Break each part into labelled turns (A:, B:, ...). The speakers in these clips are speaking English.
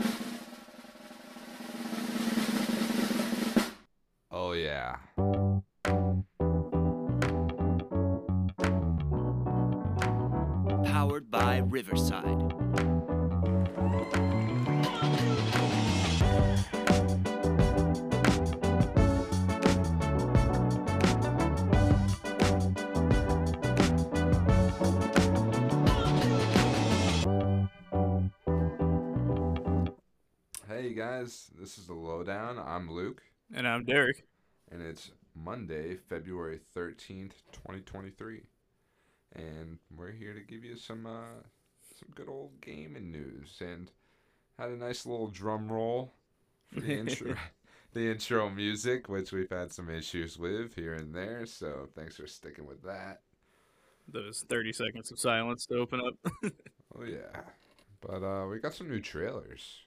A: Hell Oh, yeah.
B: Powered by Riverside.
A: Hey guys, this is the lowdown. I'm Luke,
C: And I'm Derek.
A: and it's Monday, February thirteenth, twenty twenty-three, and we're here to give you some uh, some good old gaming news. And had a nice little drum roll for the intro, the intro music, which we've had some issues with here and there. So thanks for sticking with that.
C: Those 30 seconds of silence to open up.
A: Oh yeah, but uh, we got some new trailers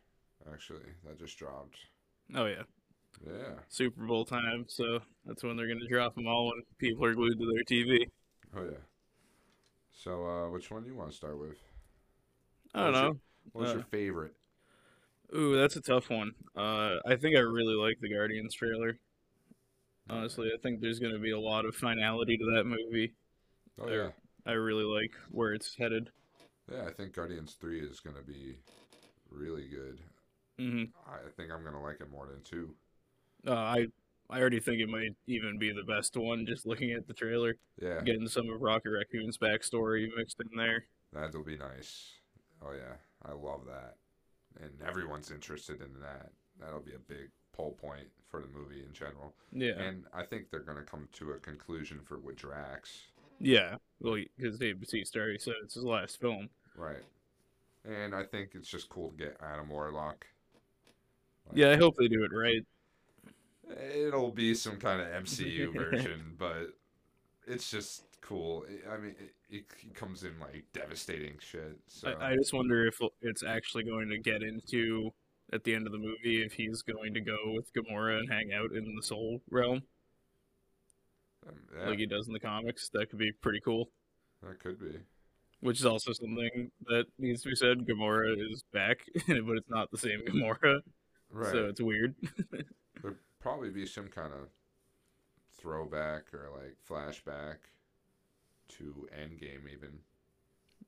A: actually that just dropped.
C: oh, yeah.
A: Yeah.
C: Super Bowl time. So that's when they're going to drop them all when people are glued to their TV.
A: Oh yeah. So uh, which one do you want to start with?
C: I don't
A: What's
C: know.
A: What was
C: Uh,
A: your favorite?
C: Ooh, that's a tough one. Uh, I think I really like the Guardians trailer. Honestly, I think there's going to be a lot of finality to that movie.
A: Oh yeah,
C: there. I really like where it's headed.
A: yeah. I think Guardians Three is gonna be really good.
C: hmm
A: I think I'm gonna like it more than two.
C: Uh, I I already think it might even be the best one. Just looking at the trailer,
A: Yeah,
C: getting some of Rocket Raccoon's backstory mixed in there.
A: that'll be nice. Oh yeah, I love that, and everyone's interested in that. That'll be a big pull point for the movie in general.
C: Yeah.
A: And I think they're gonna come to a conclusion for with Drax.
C: Yeah, well, because Dave Bautista already said it's his last film.
A: Right. And I think it's just cool to get Adam Warlock. Like,
C: Yeah, I hope they do it right.
A: It'll be some kind of MCU version, but it's just cool. I- I mean, it, it c- comes in like devastating shit. So
C: I, I just wonder if it's actually going to get into at the end of the movie if he's going to go with Gamora and hang out in the Soul Realm
A: um, yeah,
C: like he does in the comics. That could be pretty cool.
A: that could be.
C: Which is also something that needs to be said. Gamora is back, but it's not the same Gamora,
A: Right.
C: so it's weird.
A: There'd probably be some kind of throwback or like flashback to Endgame, even.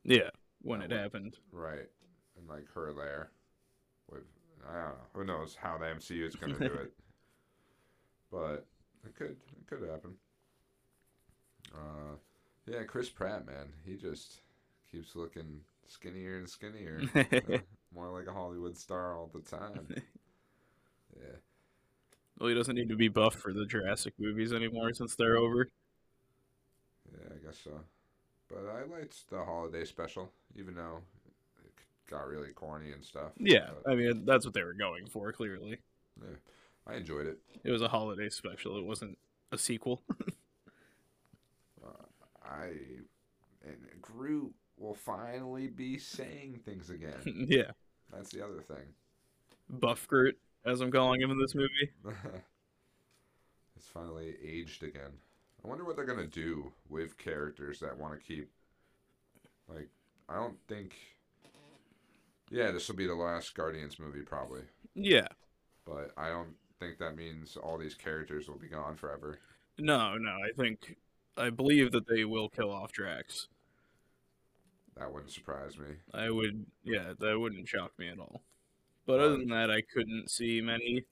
C: yeah, when it
A: Well,
C: happened.
A: Right. And like her lair. With I don't know. Who knows how the MCU is gonna do it. But it could it could happen. Uh yeah, Chris Pratt, man, he just keeps looking skinnier and skinnier. More like a Hollywood star all the time. Yeah.
C: Well, he doesn't need to be buff for the Jurassic movies anymore since they're over.
A: Yeah, I guess so. But I liked the holiday special, even though it got really corny and stuff.
C: Yeah,
A: but
C: I mean that's what they were going for. Clearly,
A: I enjoyed it.
C: it was a holiday special. It wasn't a sequel.
A: I and Groot will finally be saying things again.
C: yeah,
A: That's the other thing.
C: Buff Groot, as I'm calling him in this movie.
A: it's finally aged again. I wonder what they're gonna do with characters that want to keep. Like, I don't think. Yeah, this will be the last Guardians movie probably,
C: Yeah,
A: but I don't think that means all these characters will be gone forever.
C: no, no. I think I believe that they will kill off Drax.
A: That wouldn't surprise me.
C: I would, yeah, that wouldn't shock me at all. But other
A: Um,
C: than that, I couldn't see many.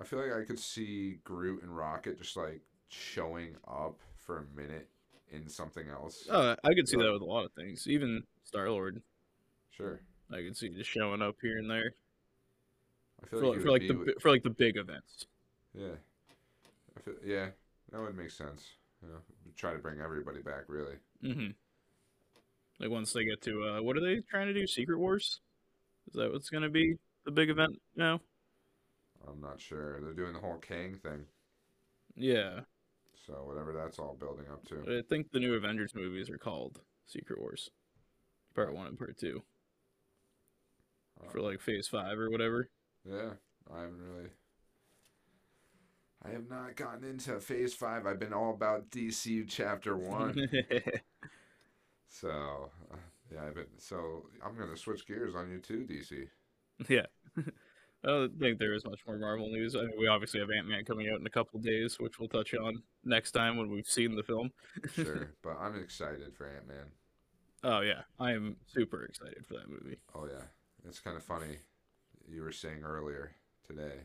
A: I feel like I could see Groot and Rocket just like showing up for a minute in something else.
C: Uh, I could see
A: yeah.
C: that with a lot of things, even Star Lord.
A: Sure.
C: I could see just showing up here and there
A: I feel
C: for,
A: like,
C: like-
A: he
C: for
A: would
C: like
A: be
C: the
A: with-
C: bi- for like the big events.
A: yeah, I feel, yeah, that would make sense. You know, try to bring everybody back, really.
C: Mm-hmm. Like once they get to uh, what are they trying to do? Secret Wars? Is that what's going to be the big event now?
A: I'm not sure. They're doing the whole Kang thing,
C: Yeah,
A: so whatever that's all building up
C: but
A: to.
C: I think the new Avengers movies are called Secret Wars, Part One and Part Two
A: Uh,
C: for like Phase Five or whatever.
A: yeah, I haven't really. I have not gotten into Phase Five. I've been all about DC Chapter One. So uh, yeah, I've been so I'm gonna switch gears on you too, DC.
C: yeah, I don't think there is much more Marvel news. I mean, we obviously have Ant Man coming out in a couple days, which we'll touch on next time when we've seen the film.
A: sure, but I'm excited for Ant Man.
C: Oh yeah, I am super excited for that movie.
A: Oh yeah, it's kind of funny. You were saying earlier today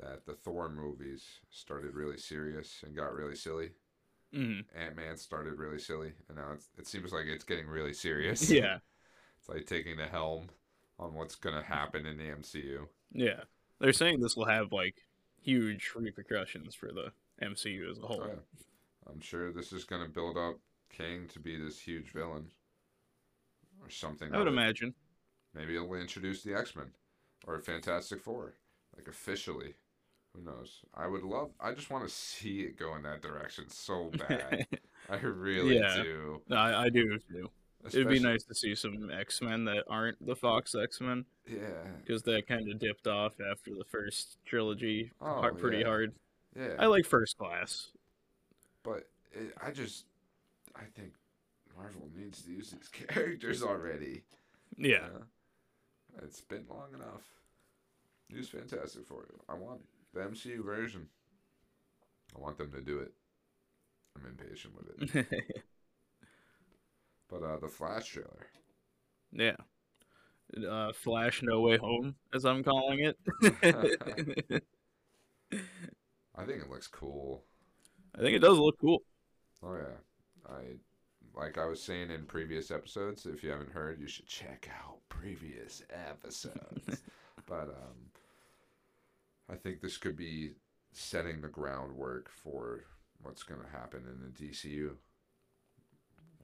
A: that the Thor movies started really serious and got really silly.
C: hmm
A: Ant Man started really silly, and now it's, it seems like it's getting really serious.
C: Yeah,
A: it's like taking the helm on what's gonna happen in the MCU.
C: yeah. They're saying this will have like huge repercussions for the MCU as a whole.
A: Oh, yeah. I'm sure this is gonna build up King to be this huge villain or something.
C: I would
A: of it.
C: imagine.
A: Maybe it'll introduce the X Men or Fantastic Four, like officially. Who knows? I would love. I just want to see it go in that direction so bad. I really
C: Yeah.
A: do.
C: No, I, I do too. It'd be
A: Especially-
C: nice to see some X Men that aren't the Fox X Men
A: Yeah.
C: because that kind of dipped off after the first trilogy
A: Oh,
C: har- pretty
A: yeah.
C: hard.
A: Yeah.
C: I like First Class.
A: But it, I just, I think Marvel needs to use these characters already.
C: Yeah.
A: know? It's been long enough. Use Fantastic Four. I want the MCU version. I want them to do it. I'm impatient with it. But uh, the Flash trailer.
C: yeah. Uh, Flash No Way Home, as I'm calling it.
A: I think it looks cool.
C: I think it does look cool.
A: Oh yeah, I like I was saying in previous episodes. If you haven't heard, you should check out previous episodes. but um, I think this could be setting the groundwork for what's going to happen in the DCU.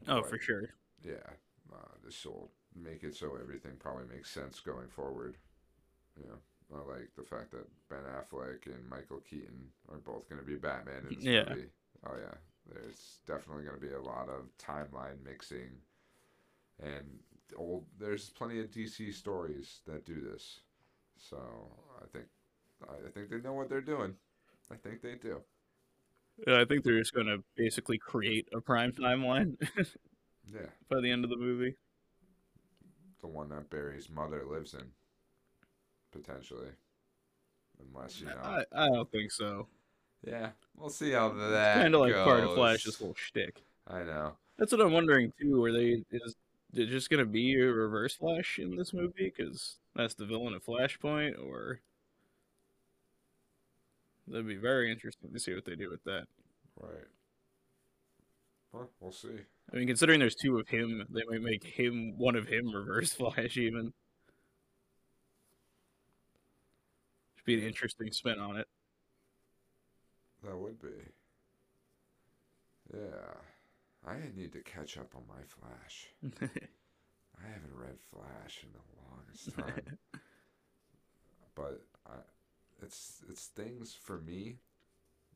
C: Oh,
A: Like,
C: for sure.
A: Yeah, uh, this will make it so everything probably makes sense going forward. Yeah, I like the fact that Ben Affleck and Michael Keaton are both going to be Batman in this
C: Yeah.
A: movie. Oh yeah, there's definitely going to be a lot of timeline mixing, and old. There's plenty of DC stories that do this, so I think, I I think they know what they're doing. I think they do.
C: Yeah, I think they're just going to basically create a prime timeline
A: Yeah,
C: by the end of the movie.
A: the one that Barry's mother lives in, potentially. Unless you know,
C: I, I don't think so.
A: yeah, we'll see how that
C: Kind of like part of
A: goes.
C: Flash's whole shtick.
A: I know.
C: That's what I'm wondering too. Are they is it just gonna be a reverse Flash in this movie? Because that's the villain of Flashpoint, or that'd be very interesting to see what they do with that.
A: Right. Well, we'll see.
C: I mean, considering there's two of him, they might make him one of him reverse Flash even. Should be an interesting spin on it.
A: That would be. Yeah, I need to catch up on my Flash. I haven't read Flash in the longest time. but I, it's it's things for me.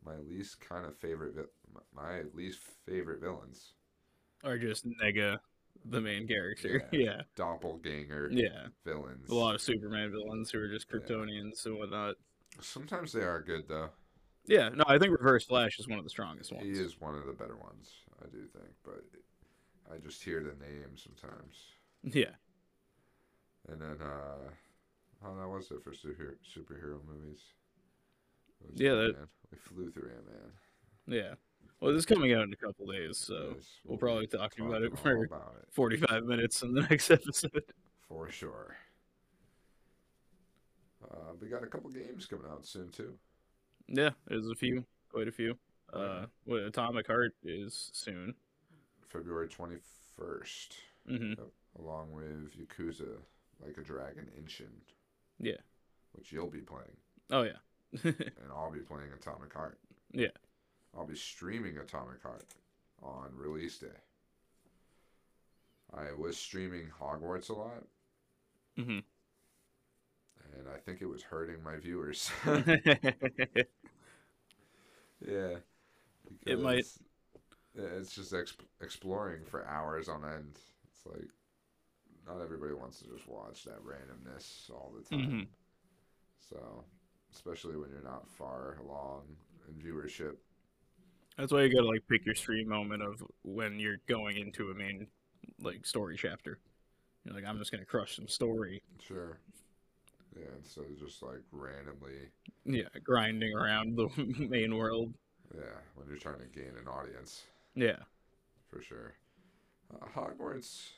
A: My least kind of favorite, vi- my least favorite villains,
C: or just nega the main character. Yeah.
A: doppelganger
C: yeah,
A: villains.
C: A lot of Superman villains who are just
A: Yeah.
C: Kryptonians and whatnot.
A: Sometimes they are good though.
C: Yeah, no, I think Reverse Flash is one of the strongest ones.
A: He is one of the better ones, I do think. But I just hear the name sometimes.
C: Yeah.
A: And then, uh, oh, that was it for super, superhero movies. It was
C: Yeah, that-
A: Ant-Man. we flew through Ant Man.
C: Yeah. Well, this is coming out in a couple days, so we'll probably talk about it for
A: about it
C: 45 minutes in the next episode.
A: for sure. Uh, we got a couple games coming out soon too.
C: Yeah, there's a few, quite a few. Uh,
A: Yeah.
C: what Atomic Heart is soon.
A: February twenty first,
C: hmm
A: along with Yakuza, like a dragon Inshin.
C: Yeah.
A: Which you'll be playing,
C: Oh yeah.
A: and I'll be playing Atomic Heart.
C: Yeah.
A: I'll be streaming Atomic Heart on release day. I was streaming Hogwarts a lot,
C: Mhm.
A: and I think it was hurting my viewers.
C: it
A: Yeah.
C: It might.
A: because yeah, It's just exp- exploring for hours on end. It's like not everybody wants to just watch that randomness all the time.
C: Mhm.
A: So, especially when you're not far along in viewership.
C: That's why you gotta like pick your stream moment of when you're going into a main like story chapter. You're like, I'm just gonna crush some story.
A: Sure. Yeah, instead of just like randomly.
C: Yeah, grinding around the main world.
A: Yeah, when you're trying to gain an audience,
C: Yeah.
A: for sure. Uh, Hogwarts.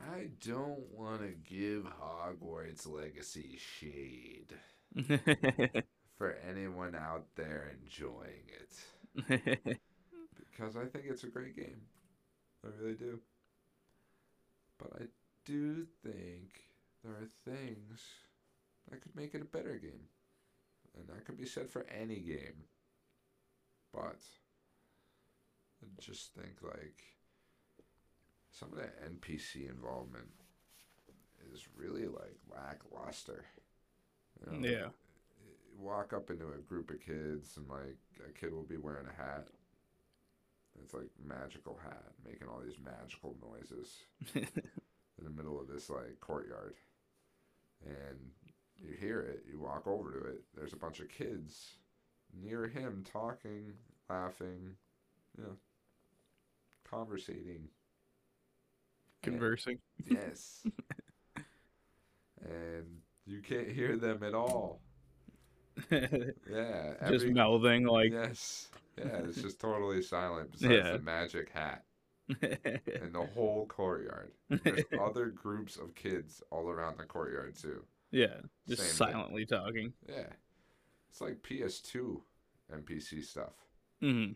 A: I don't want to give Hogwarts Legacy shade for anyone out there enjoying it because I think it's a great game. I really do. But I do think there are things that could make it a better game. And that could be said for any game. But I just think like some of the NPC involvement is really like lackluster. You know,
C: yeah.
A: walk up into a group of kids and like a kid will be wearing a hat. It's like magical hat, making all these magical noises in the middle of this like courtyard. And you hear it, you walk over to it, there's a bunch of kids near him talking, laughing, you know, conversating. And-
C: Conversing.
A: Yes. and you can't hear them at all. Yeah.
C: Just
A: every-
C: mouthing like
A: yes. Yeah, it's just totally silent besides
C: Yeah.
A: the magic hat and the whole courtyard. There's other groups of kids all around the courtyard too.
C: Yeah. Just
A: Same thing.
C: silently talking.
A: Yeah. It's like PS2 NPC stuff.
C: hmm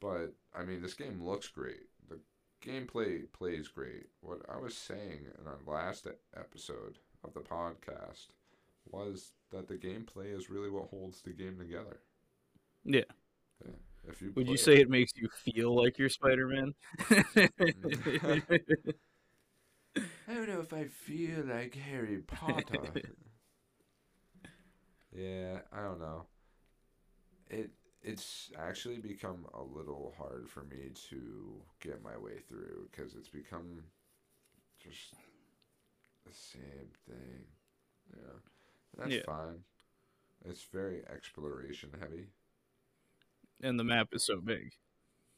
A: But I mean this game looks great. The gameplay plays great. What I was saying in our last e- episode of the podcast was that the gameplay is really what holds the game together.
C: Yeah.
A: Yeah. If you
C: Would
A: play
C: you
A: it-
C: say it makes you feel like you're Spider Man?
A: I don't know if I feel like Harry Potter. yeah, I don't know. It it's actually become a little hard for me to get my way through because it's become just the same thing. Yeah, that's
C: Yeah.
A: fine. It's very exploration heavy.
C: and the map is so big.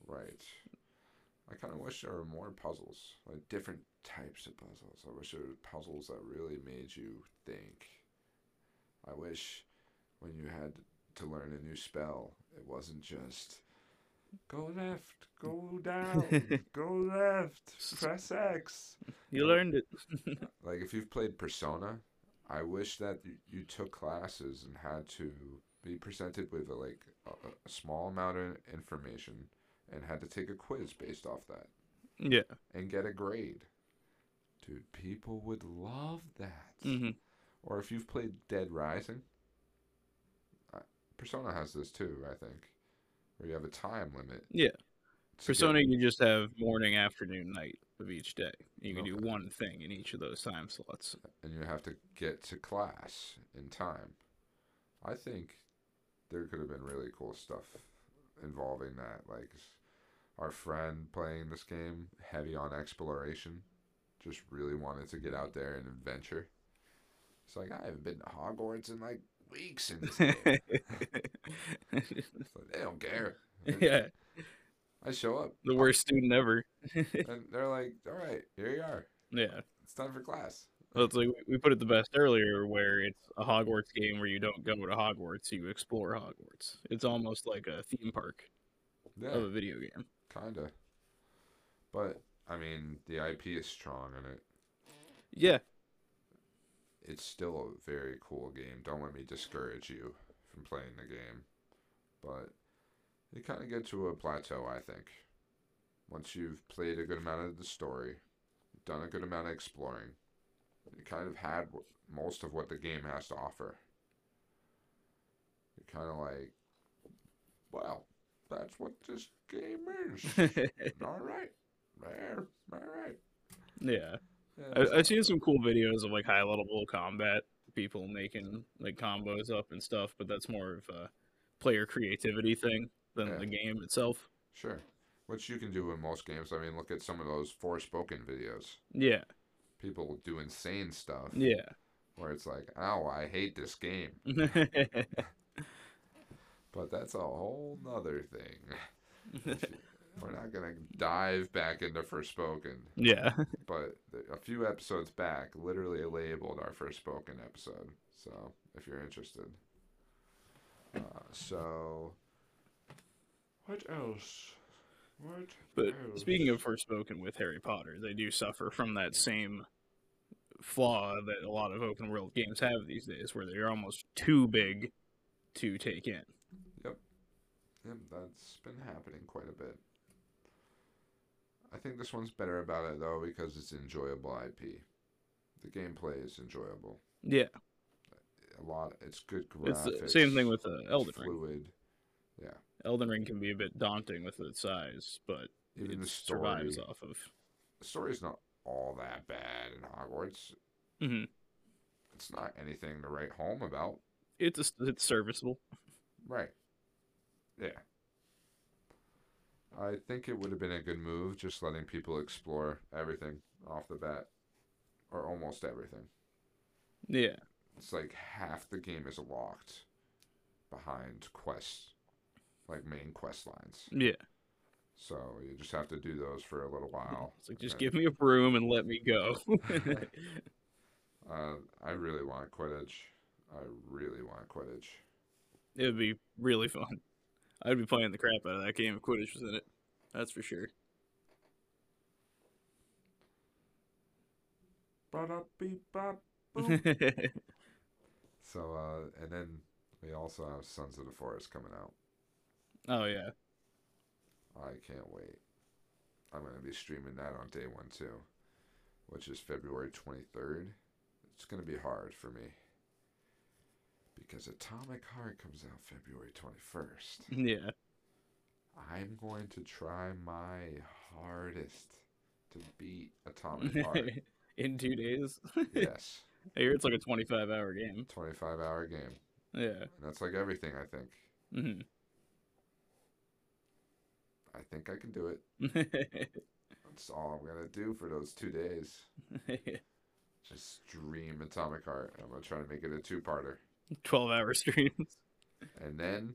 A: Right. I kind of wish there were more puzzles, like different types of puzzles. I wish there were puzzles that really made you think. I wish when you had to learn a new spell, it wasn't just go left, go down, go left, press X.
C: You learned it.
A: Like if you've played Persona, I wish that you, you took classes and had to be presented with a, like a, a- a small amount of information and had to take a quiz based off that
C: Yeah.
A: and get a grade. Dude, people would love that.
C: hmm
A: Or if you've played Dead Rising, I- Persona has this too, I think, where you have a time limit.
C: Yeah.
A: to get-
C: Persona, you just have morning, afternoon, night of each day. You can do
A: Okay.
C: one thing in each of those time slots.
A: and you have to get to class in time. I think there could have been really cool stuff involving that, like s- our friend playing this game, heavy on exploration, just really wanted to get out there and adventure. It's like I haven't been to Hogwarts in like weeks in this game. It's like, they don't care.
C: yeah,
A: I show up
C: the worst student ever.
A: and they're like, "All right, here you are.
C: Yeah,
A: It's time for class."
C: well, it's like we- we put it the best earlier, where it's a Hogwarts game where you don't go to Hogwarts, you explore Hogwarts. It's almost like a theme park
A: Yeah.
C: of a video game.
A: Kinda. But I mean, the IP is strong and it
C: Yeah,
A: it's still a very cool game. Don't let me discourage you from playing the game. But you kind of get to a plateau, I think. Once you've played a good amount of the story, done a good amount of exploring, you kind of had wh- most of what the game has to offer. You're kind of like, well, that's what this game is. all right. There. All right.
C: yeah.
A: Yeah,
C: I,
A: it's
C: I've
A: not-
C: seen some cool videos of like high level combat, people making like combos up and stuff, but that's more of a player creativity thing than
A: Yeah.
C: the game itself.
A: Sure. Which you can do in most games. I mean, look at some of those Forspoken videos.
C: Yeah,
A: People do insane stuff.
C: yeah,
A: Where it's like, ow, I hate this game. But that's a whole nother thing. If you- We're not gonna dive back into Forspoken,
C: Yeah.
A: but th- a few episodes back, literally labeled our Forspoken episode. So if you're interested, uh, so what else? What?
C: But
A: else?
C: speaking of first spoken with Harry Potter, they do suffer from that same flaw that a lot of open world games have these days, where they're almost too big to take in.
A: Yep, that's been happening quite a bit. I think this one's better about it though because it's enjoyable IP. The gameplay is enjoyable.
C: Yeah,
A: A lot. It's good
C: it's
A: graphics.
C: the same thing with uh, Elden Ring.
A: Fluid.
C: Elden Ring can be a bit daunting with its size, but
A: Even
C: it
A: the story.
C: survives off of.
A: The story's not all that bad in Hogwarts.
C: Mhm.
A: It's not anything to write home about.
C: It's a s it's serviceable.
A: Right. Yeah. I think it would have been a good move just letting people explore everything off the bat, or almost everything.
C: Yeah,
A: It's like half the game is locked behind quests, like main quest lines.
C: yeah.
A: So you just have to do those for a little while.
C: It's like just
A: and then-
C: give me a broom and let me go.
A: Uh, I really want Quidditch. I really want Quidditch.
C: it would be really fun. I'd be playing the crap out of that game if Quidditch was in it. That's for sure.
A: Ba-da-beep-bop, boop. so uh, and then we also have Sons of the Forest coming out.
C: oh yeah.
A: I can't wait. I'm gonna be streaming that on day one too, which is February 23rd. It's gonna be hard for me because Atomic Heart comes out February 21st.
C: Yeah.
A: I'm going to try my hardest to beat Atomic Heart.
C: in two days.
A: yes,
C: I hear it's like a 25 hour game.
A: 25 hour game.
C: Yeah.
A: And that's like everything. I think.
C: Mhm.
A: I think I can do it. That's all I'm gonna do for those two days. Just dream Atomic Heart. I'm gonna try to make it a two-parter.
C: 12 hour streams.
A: and then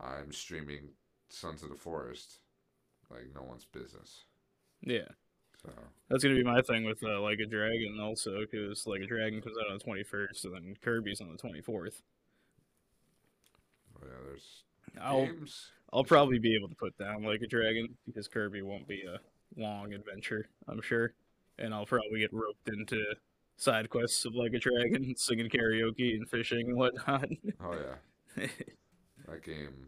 A: I'm streaming Sons of the Forest like no one's business.
C: Yeah.
A: So
C: That's gonna be my thing with uh, like a dragon also, because like a dragon comes out on the 21st, and then Kirby's on the 24th.
A: oh yeah, there's
C: I'll
A: games.
C: I'll probably be able to put down like a dragon because Kirby won't be a long adventure, I'm sure, and I'll probably get roped into side quests of like a dragon, singing karaoke and fishing and whatnot.
A: Oh yeah, that game.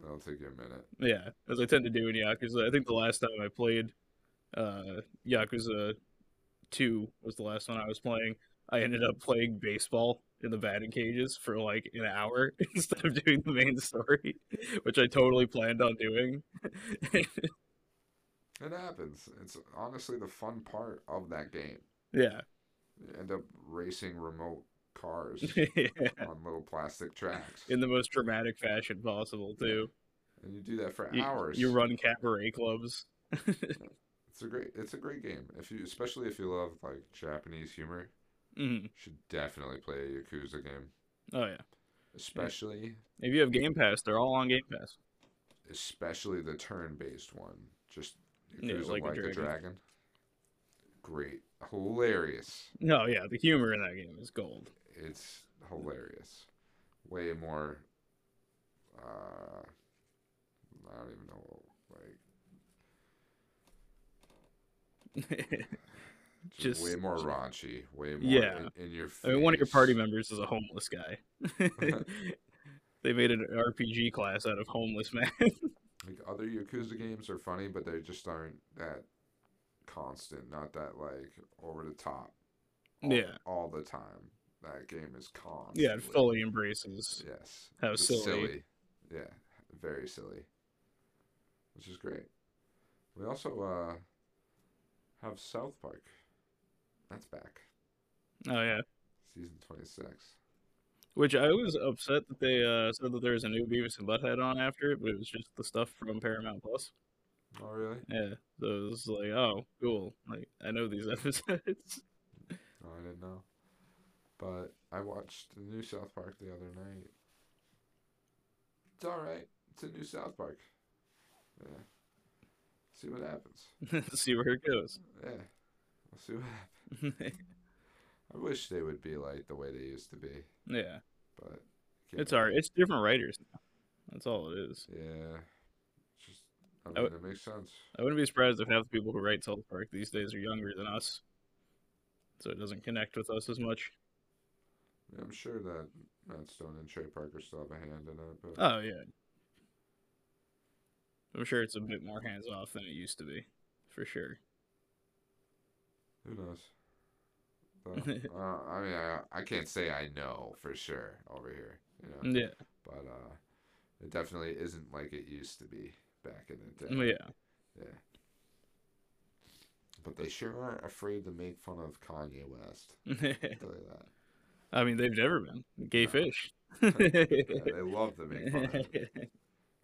A: That'll take you a minute.
C: Yeah, as I tend to do in Yakuza. I think the last time I played uh, Yakuza 2 was the last one I was playing. I ended up playing baseball in the batting cages for like an hour instead of doing the main story, which I totally planned on doing.
A: It happens. It's honestly the fun part of that game.
C: yeah.
A: You end up racing remote cars on little plastic tracks,
C: in the most dramatic fashion possible, too.
A: and you do that for
C: You,
A: hours.
C: you run cabaret clubs.
A: It's a great. It's a great game. If you, especially if you love like Japanese humor,
C: Mhm.
A: you should definitely play a Yakuza game.
C: Oh, yeah.
A: Especially
C: If you have Game Pass, they're all on Game Pass.
A: especially the turn-based one. Just
C: Yeah,
A: Yakuza
C: like a
A: like, a dragon.
C: dragon.
A: Great, hilarious.
C: No, yeah, the humor in that game is gold.
A: It's hilarious. Way more. Uh, I don't even know. Like just, way
C: Just-
A: more raunchy. Way more.
C: Yeah.
A: In, in your. Face.
C: I mean, one of your party members is a homeless guy. they made an RPG class out of homeless man.
A: Like other Yakuza games are funny, but they just aren't that constant. Not that like over the top. all-
C: Yeah.
A: All the time. That game is constant.
C: yeah, it fully embraces
A: Yes.
C: how
A: Just
C: silly.
A: Yeah, very silly. Which is great. We also uh, have South Park. That's back.
C: Oh yeah,
A: Season 26.
C: which I was upset that they uh, said that there was a new Beavis and Butthead on after it, but it was just the stuff from Paramount Plus.
A: Oh, really?
C: Yeah, so it was like, oh, cool. Like I know these episodes.
A: No, Oh, I didn't know. But I watched the new South Park the other night. It's alright. It's a new South Park. Yeah. See what happens.
C: Hmm. see where it goes.
A: Yeah, we'll see. What happens. I wish they would be like the way they used to be,
C: yeah,
A: but can't
C: it's
A: be.
C: all right. It's different writers now. That's all it is.
A: Yeah, just I mean,
C: w-
A: it makes sense.
C: I wouldn't be surprised if half the people who write South Park these days are younger than us, so it doesn't connect with us as much.
A: Yeah, I'm sure that Matt Stone and Trey Parker still have a hand in it, but
C: Oh yeah, I'm sure it's a bit more hands off than it used to be, for sure.
A: who knows? So, uh, I mean, I, I can't say I know for sure over here, you know.
C: Yeah,
A: But uh, it definitely isn't like it used to be back in the day.
C: yeah,
A: Yeah. But they sure aren't afraid to make fun of Kanye West. I'll tell you that.
C: I mean, they've never been gay
A: No.
C: fish.
A: Yeah, they love to make fun of him.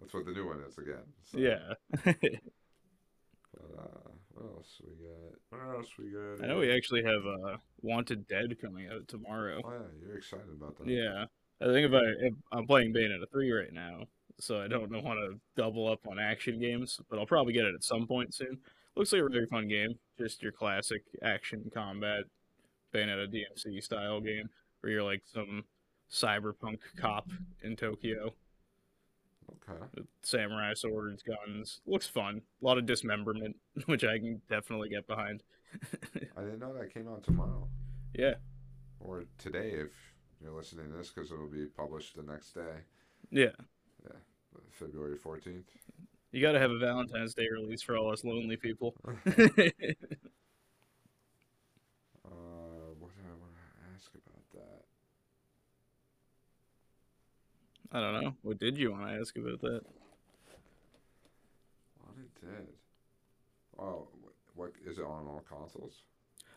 A: That's what the new one is again. so.
C: yeah,
A: But, uh, what else we got? What else we got?
C: I know
A: here?
C: we actually have uh, Wanted Dead coming out tomorrow.
A: Oh yeah, you're excited about that.
C: Yeah, I think if I if I'm playing Bayonetta three right now, so I don't know how to double up on action games, but I'll probably get it at some point soon. Looks like a really fun game, just your classic action combat Bayonetta DMC style game where you're like some cyberpunk cop in Tokyo
A: Okay.
C: with samurai swords, guns. Looks fun. A lot of dismemberment, which I can definitely get behind.
A: I didn't know that came out tomorrow
C: Yeah,
A: or today if you're listening to this because it'll be published the next day,
C: yeah.
A: February 14th.
C: You got to have a Valentine's Day release for all us lonely people.
A: Uh, what did I want to ask about that?
C: I don't know. What did you want to ask about that?
A: What it did? Oh, wh- what is it on all consoles?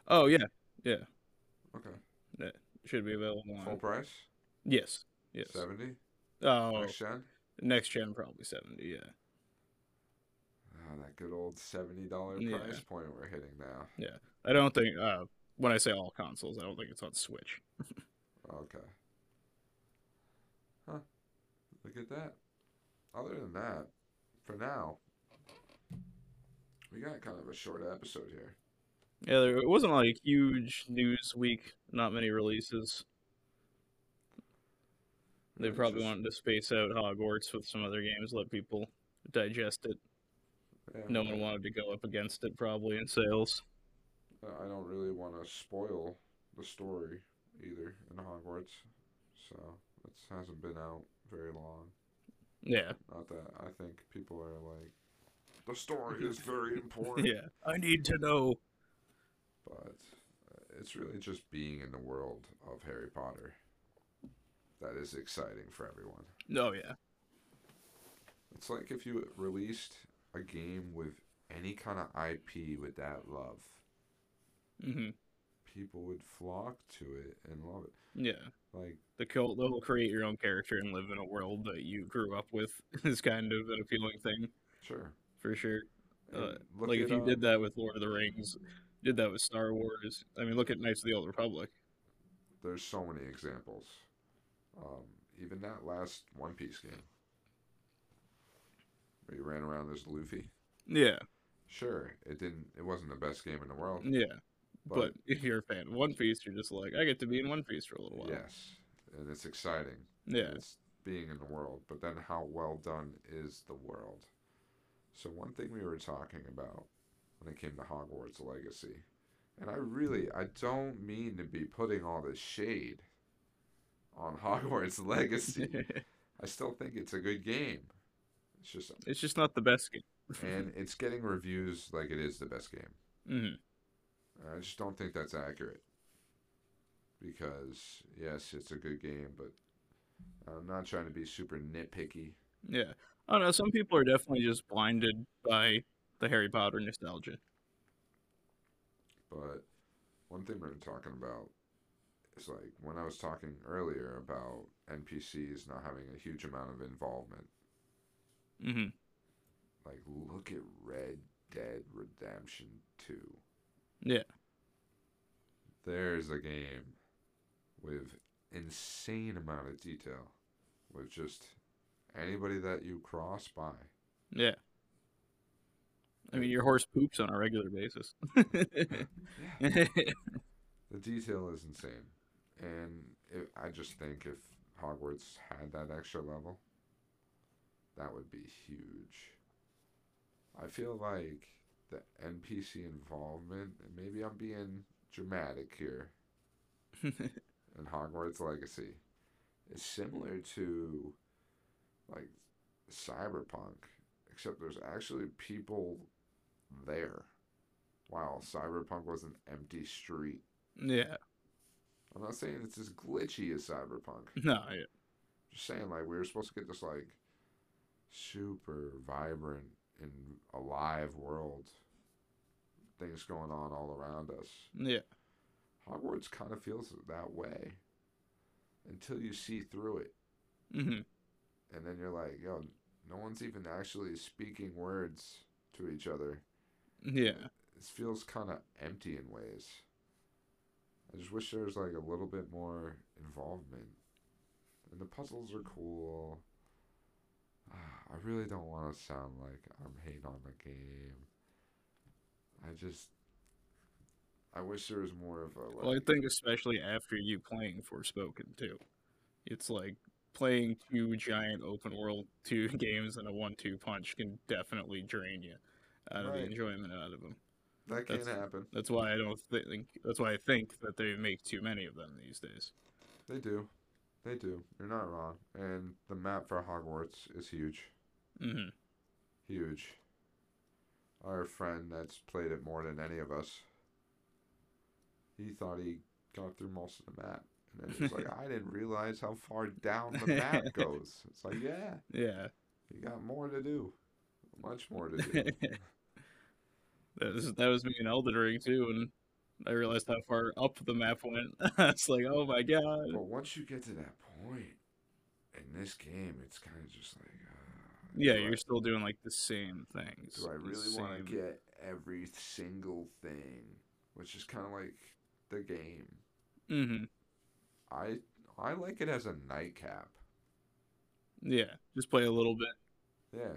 C: Oh yeah,
A: Okay,
C: should be available
A: full
C: on.
A: price.
C: Yes, yes.
A: Seventy.
C: Oh,
A: Next gen.
C: next gen probably seventy. Yeah,
A: Ah, that good old seventy dollar
C: Yeah.
A: price point we're hitting now.
C: I don't think. Uh, when I say all consoles, I don't think it's on Switch.
A: Okay. Huh. Look at that. Other than that, for now, we got kind of a short episode here.
C: Yeah, there, it wasn't like huge news week. Not many releases. They
A: It's
C: probably
A: just-
C: wanted to space out Hogwarts with some other games, let people digest it.
A: yeah,
C: No
A: I-
C: one wanted to go up against it probably in sales.
A: I don't really want to spoil the story either in Hogwarts, so it hasn't been out very long.
C: Yeah,
A: Not that I think people are like, the story is very important,
C: yeah. I need to know.
A: but it's really just being in the world of Harry Potter that is exciting for everyone.
C: Oh yeah,
A: It's like if you released a game with any kind of IP with that love,
C: hmm
A: people would flock to it and love it.
C: yeah.
A: Like,
C: the cult the whole create your own character and live in a world that you grew up with is kind of an appealing thing
A: sure.
C: for sure. Uh,
A: And look
C: like
A: at,
C: if you
A: um,
C: did that with Lord of the Rings, did that with Star Wars. I mean, look at Knights of the Old Republic.
A: there's so many examples. Um, even that last One Piece game, where you ran around as Luffy.
C: Yeah,
A: Sure, it didn't. It wasn't the best game in the world.
C: yeah. But,
A: But,
C: if you're a fan of One Piece, you're just like, I get to be in One Piece for a little while.
A: yes, and it's exciting.
C: yeah,
A: It's being in the world, but then how well done is the world? So one thing we were talking about when it came to Hogwarts Legacy, and I really I don't mean to be putting all this shade on Hogwarts Legacy. I still think it's a good game. It's just
C: it's just not the best game.
A: and it's getting reviews like it is the best game.
C: Mhm.
A: And I just don't think that's accurate. Because yes, it's a good game, but I'm not trying to be super nitpicky.
C: Yeah, I don't know. Some people are definitely just blinded by the Harry Potter nostalgia.
A: But one thing we we're talking about is like when I was talking earlier about NPCs not having a huge amount of involvement.
C: hmm
A: Like look at Red Dead Redemption Two.
C: Yeah,
A: there's a game with insane amount of detail with just anybody that you cross by
C: yeah. I mean, your horse poops on a regular basis.
A: The detail is insane, and it, I just think if Hogwarts had that extra level, that would be huge. I feel like the NPC involvement, and maybe I'm being dramatic here, in Hogwarts Legacy is similar to like Cyberpunk, except there's actually people there. Wow, Cyberpunk was an empty street.
C: yeah.
A: I'm not saying it's as glitchy as Cyberpunk.
C: No. Yeah.
A: Just saying, like, we were supposed to get this, like, super vibrant and alive world. Things going on all around us.
C: Yeah.
A: Hogwarts kind of feels that way until you see through it.
C: hmm
A: and then you're like, yo, no one's even actually speaking words to each other.
C: Yeah.
A: It feels kind of empty in ways. I just wish there was like a little bit more involvement. And the puzzles are cool. I really don't want to sound like I'm hating on the game. I just, I wish there was more of a
C: Well, I
A: like,
C: think especially after you playing Forspoken too, it's like playing two giant open world two games in a one two punch can definitely drain you out of the
A: Right.
C: enjoyment out of them.
A: that can't
C: that's-
A: happen.
C: That's why I don't think. That's why I think that they make too many of them these days.
A: They do, they do. You're not wrong. And the map for Hogwarts is huge.
C: hmm
A: Huge. Our friend that's played it more than any of us. He thought he got through most of the map. And then he's like, I didn't realize how far down the map goes. It's like, yeah,
C: Yeah,
A: you got more to do. Much more to do.
C: that was that was me in Elden Ring too, and I realized how far up the map went. I was like, oh my god.
A: but once you get to that point in this game, it's kind of just like, uh,
C: Yeah,
A: do I-
C: you're still doing like the same things.
A: Do I
C: the
A: really want
C: same-
A: to get every single thing? Which is kind of like the game.
C: Mhm.
A: I I like it as a nightcap.
C: Yeah, just play a little bit.
A: Yeah.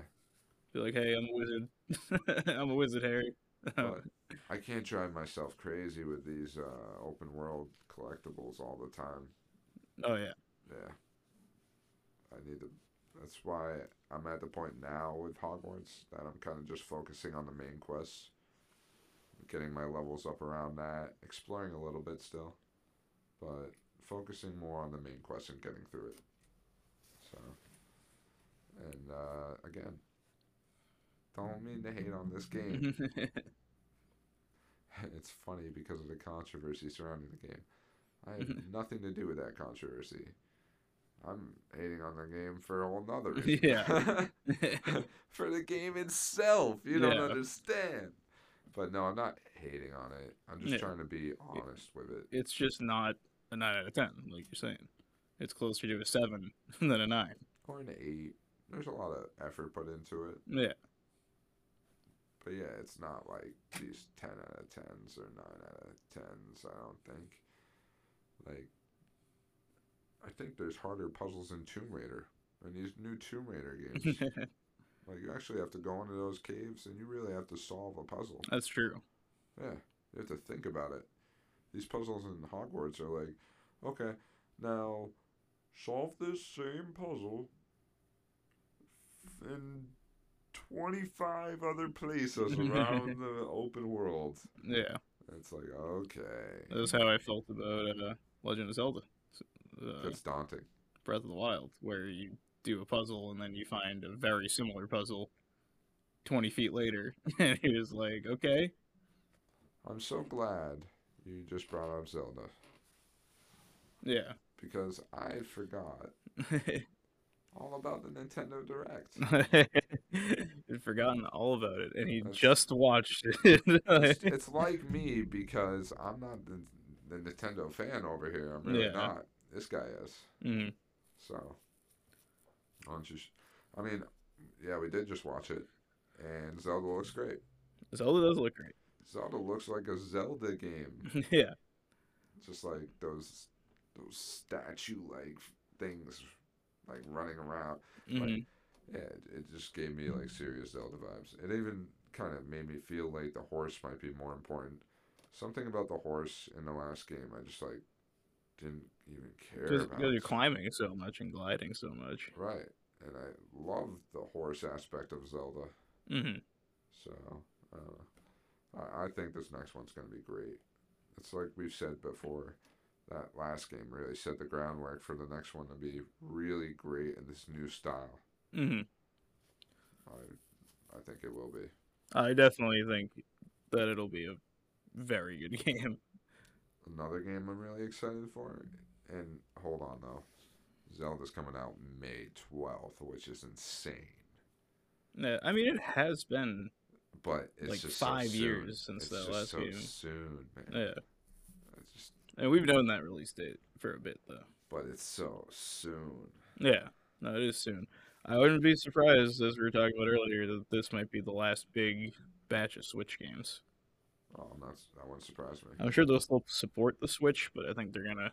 C: Be like, hey, I'm a wizard. I'm a wizard, Harry. Oh,
A: but I can't drive myself crazy with these uh, open world collectibles all the time.
C: oh yeah.
A: Yeah, I need to. That's why I'm at the point now with Hogwarts that I'm kind of just focusing on the main quests, getting my levels up around that, exploring a little bit still, but focusing more on the main quest and getting through it. So, and uh, again, don't mean to hate on this game. it's funny because of the controversy surrounding the game. I
C: Mm-hmm.
A: have nothing to do with that controversy. I'm hating on the game for a whole nother reason.
C: Yeah.
A: for the game itself. You don't
C: Yeah.
A: understand. But no, I'm not hating on it. I'm just
C: Yeah.
A: trying to be honest with it.
C: it's just not a nine out of ten, like you're saying. It's closer to a seven than a nine.
A: Or an eight. There's a lot of effort put into it.
C: Yeah.
A: But yeah, it's not like these 10 out of 10s or 9 out of 10s, I don't think. Like, I think there's harder puzzles in Tomb Raider. And these new Tomb Raider games. like, you actually have to go into those caves and you really have to solve a puzzle.
C: That's true.
A: Yeah, you have to think about it. These puzzles in Hogwarts are like, okay, now solve this same puzzle in 25 other places around the open world.
C: Yeah.
A: It's like, okay.
C: That's how I felt about uh, Legend of Zelda. Uh,
A: That's daunting.
C: Breath of the Wild, where you do a puzzle and then you find a very similar puzzle 20 feet later. And he was like, okay.
A: I'm so glad you just brought up Zelda
C: Yeah.
A: because I forgot all about the Nintendo Direct.
C: I'd forgotten all about it. And he
A: That's-
C: just watched it.
A: it's, it's like me because I'm not the, the Nintendo fan over here. I'm really
C: Yeah.
A: not. This guy is.
C: Mm,
A: So, why don't you? Sh- I mean, yeah, we did just watch it, and Zelda looks great.
C: Zelda does look great.
A: Zelda looks like a Zelda game,
C: yeah.
A: just like those those statue like things, like running around.
C: Mhm.
A: Yeah, it, it just gave me like serious Zelda vibes. It even kind of made me feel like the horse might be more important. Something about the horse in the last game, I just like didn't even care
C: Just
A: about.
C: because you're climbing so much and gliding so much.
A: right, and I love the horse aspect of Zelda.
C: hmm
A: So I don't know. I, I think this next one's going to be great. It's like we've said before, that last game really set the groundwork for the next one to be really great in this new style.
C: hmm
A: I I think it will be.
C: I definitely think that it'll be a very good game.
A: Another game I'm really excited for, and hold on though, Zelda's coming out May 12th, which is insane.
C: Yeah, I mean, it has been
A: But it's
C: Like
A: just so
C: five
A: soon.
C: years since
A: It's
C: that
A: just
C: last
A: so
C: game.
A: soon, man.
C: yeah,
A: It's just,
C: and we've known that release date for a bit though.
A: but it's so soon.
C: Yeah, no, it is soon. I wouldn't be surprised, as we were talking about earlier, that this might be the last big batch of Switch games.
A: Oh, I'm not, that wouldn't surprise me.
C: I'm sure they'll still support the Switch, but I think they're gonna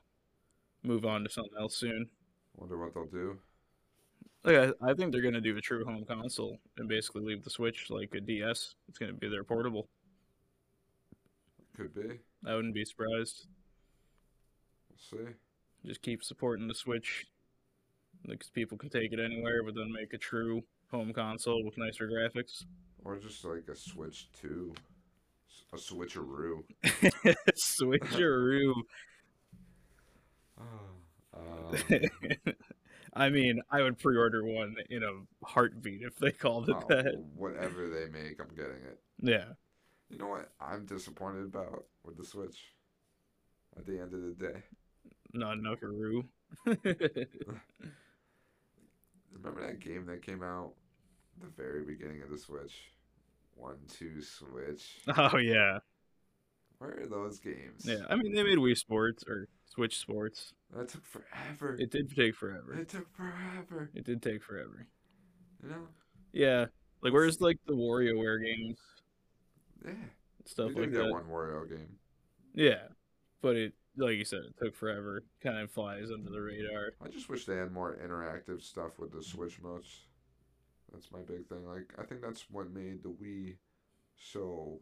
C: move on to something else soon.
A: Wonder what they'll do.
C: Like, I, I think they're gonna do a true home console and basically leave the Switch like a DS. It's gonna be their portable.
A: Could be. We'll
C: I wouldn't be surprised.
A: see.
C: Just keep supporting the Switch because people can take it anywhere, but then make a true home console with nicer graphics.
A: Or just like a Switch 2. S- A switcheroo.
C: Switcheroo.
A: Um,
C: I mean, I would pre-order one in a heartbeat if they called it
A: oh,
C: that.
A: whatever they make, I'm getting it.
C: Yeah.
A: You know what I'm disappointed about with the Switch? At the end of the day.
C: Not Nuckaroo.
A: Remember that game that came out the very beginning of the Switch? 1 2 Switch?
C: oh yeah.
A: Where are those games?
C: Yeah. I mean they made Wii Sports or Switch Sports.
A: That took forever.
C: It did take forever.
A: it took forever.
C: It did take forever.
A: You know?
C: Yeah. Like where's like the WarioWare games?
A: Yeah.
C: Stuff
A: we
C: like
A: did get
C: that.
A: one Wario game.
C: Yeah. But it like you said, it took forever. Kind of flies under the radar.
A: I just wish they had more interactive stuff with the
C: Mm-hmm.
A: Switch modes. That's my big thing. Like I think that's what made the Wii so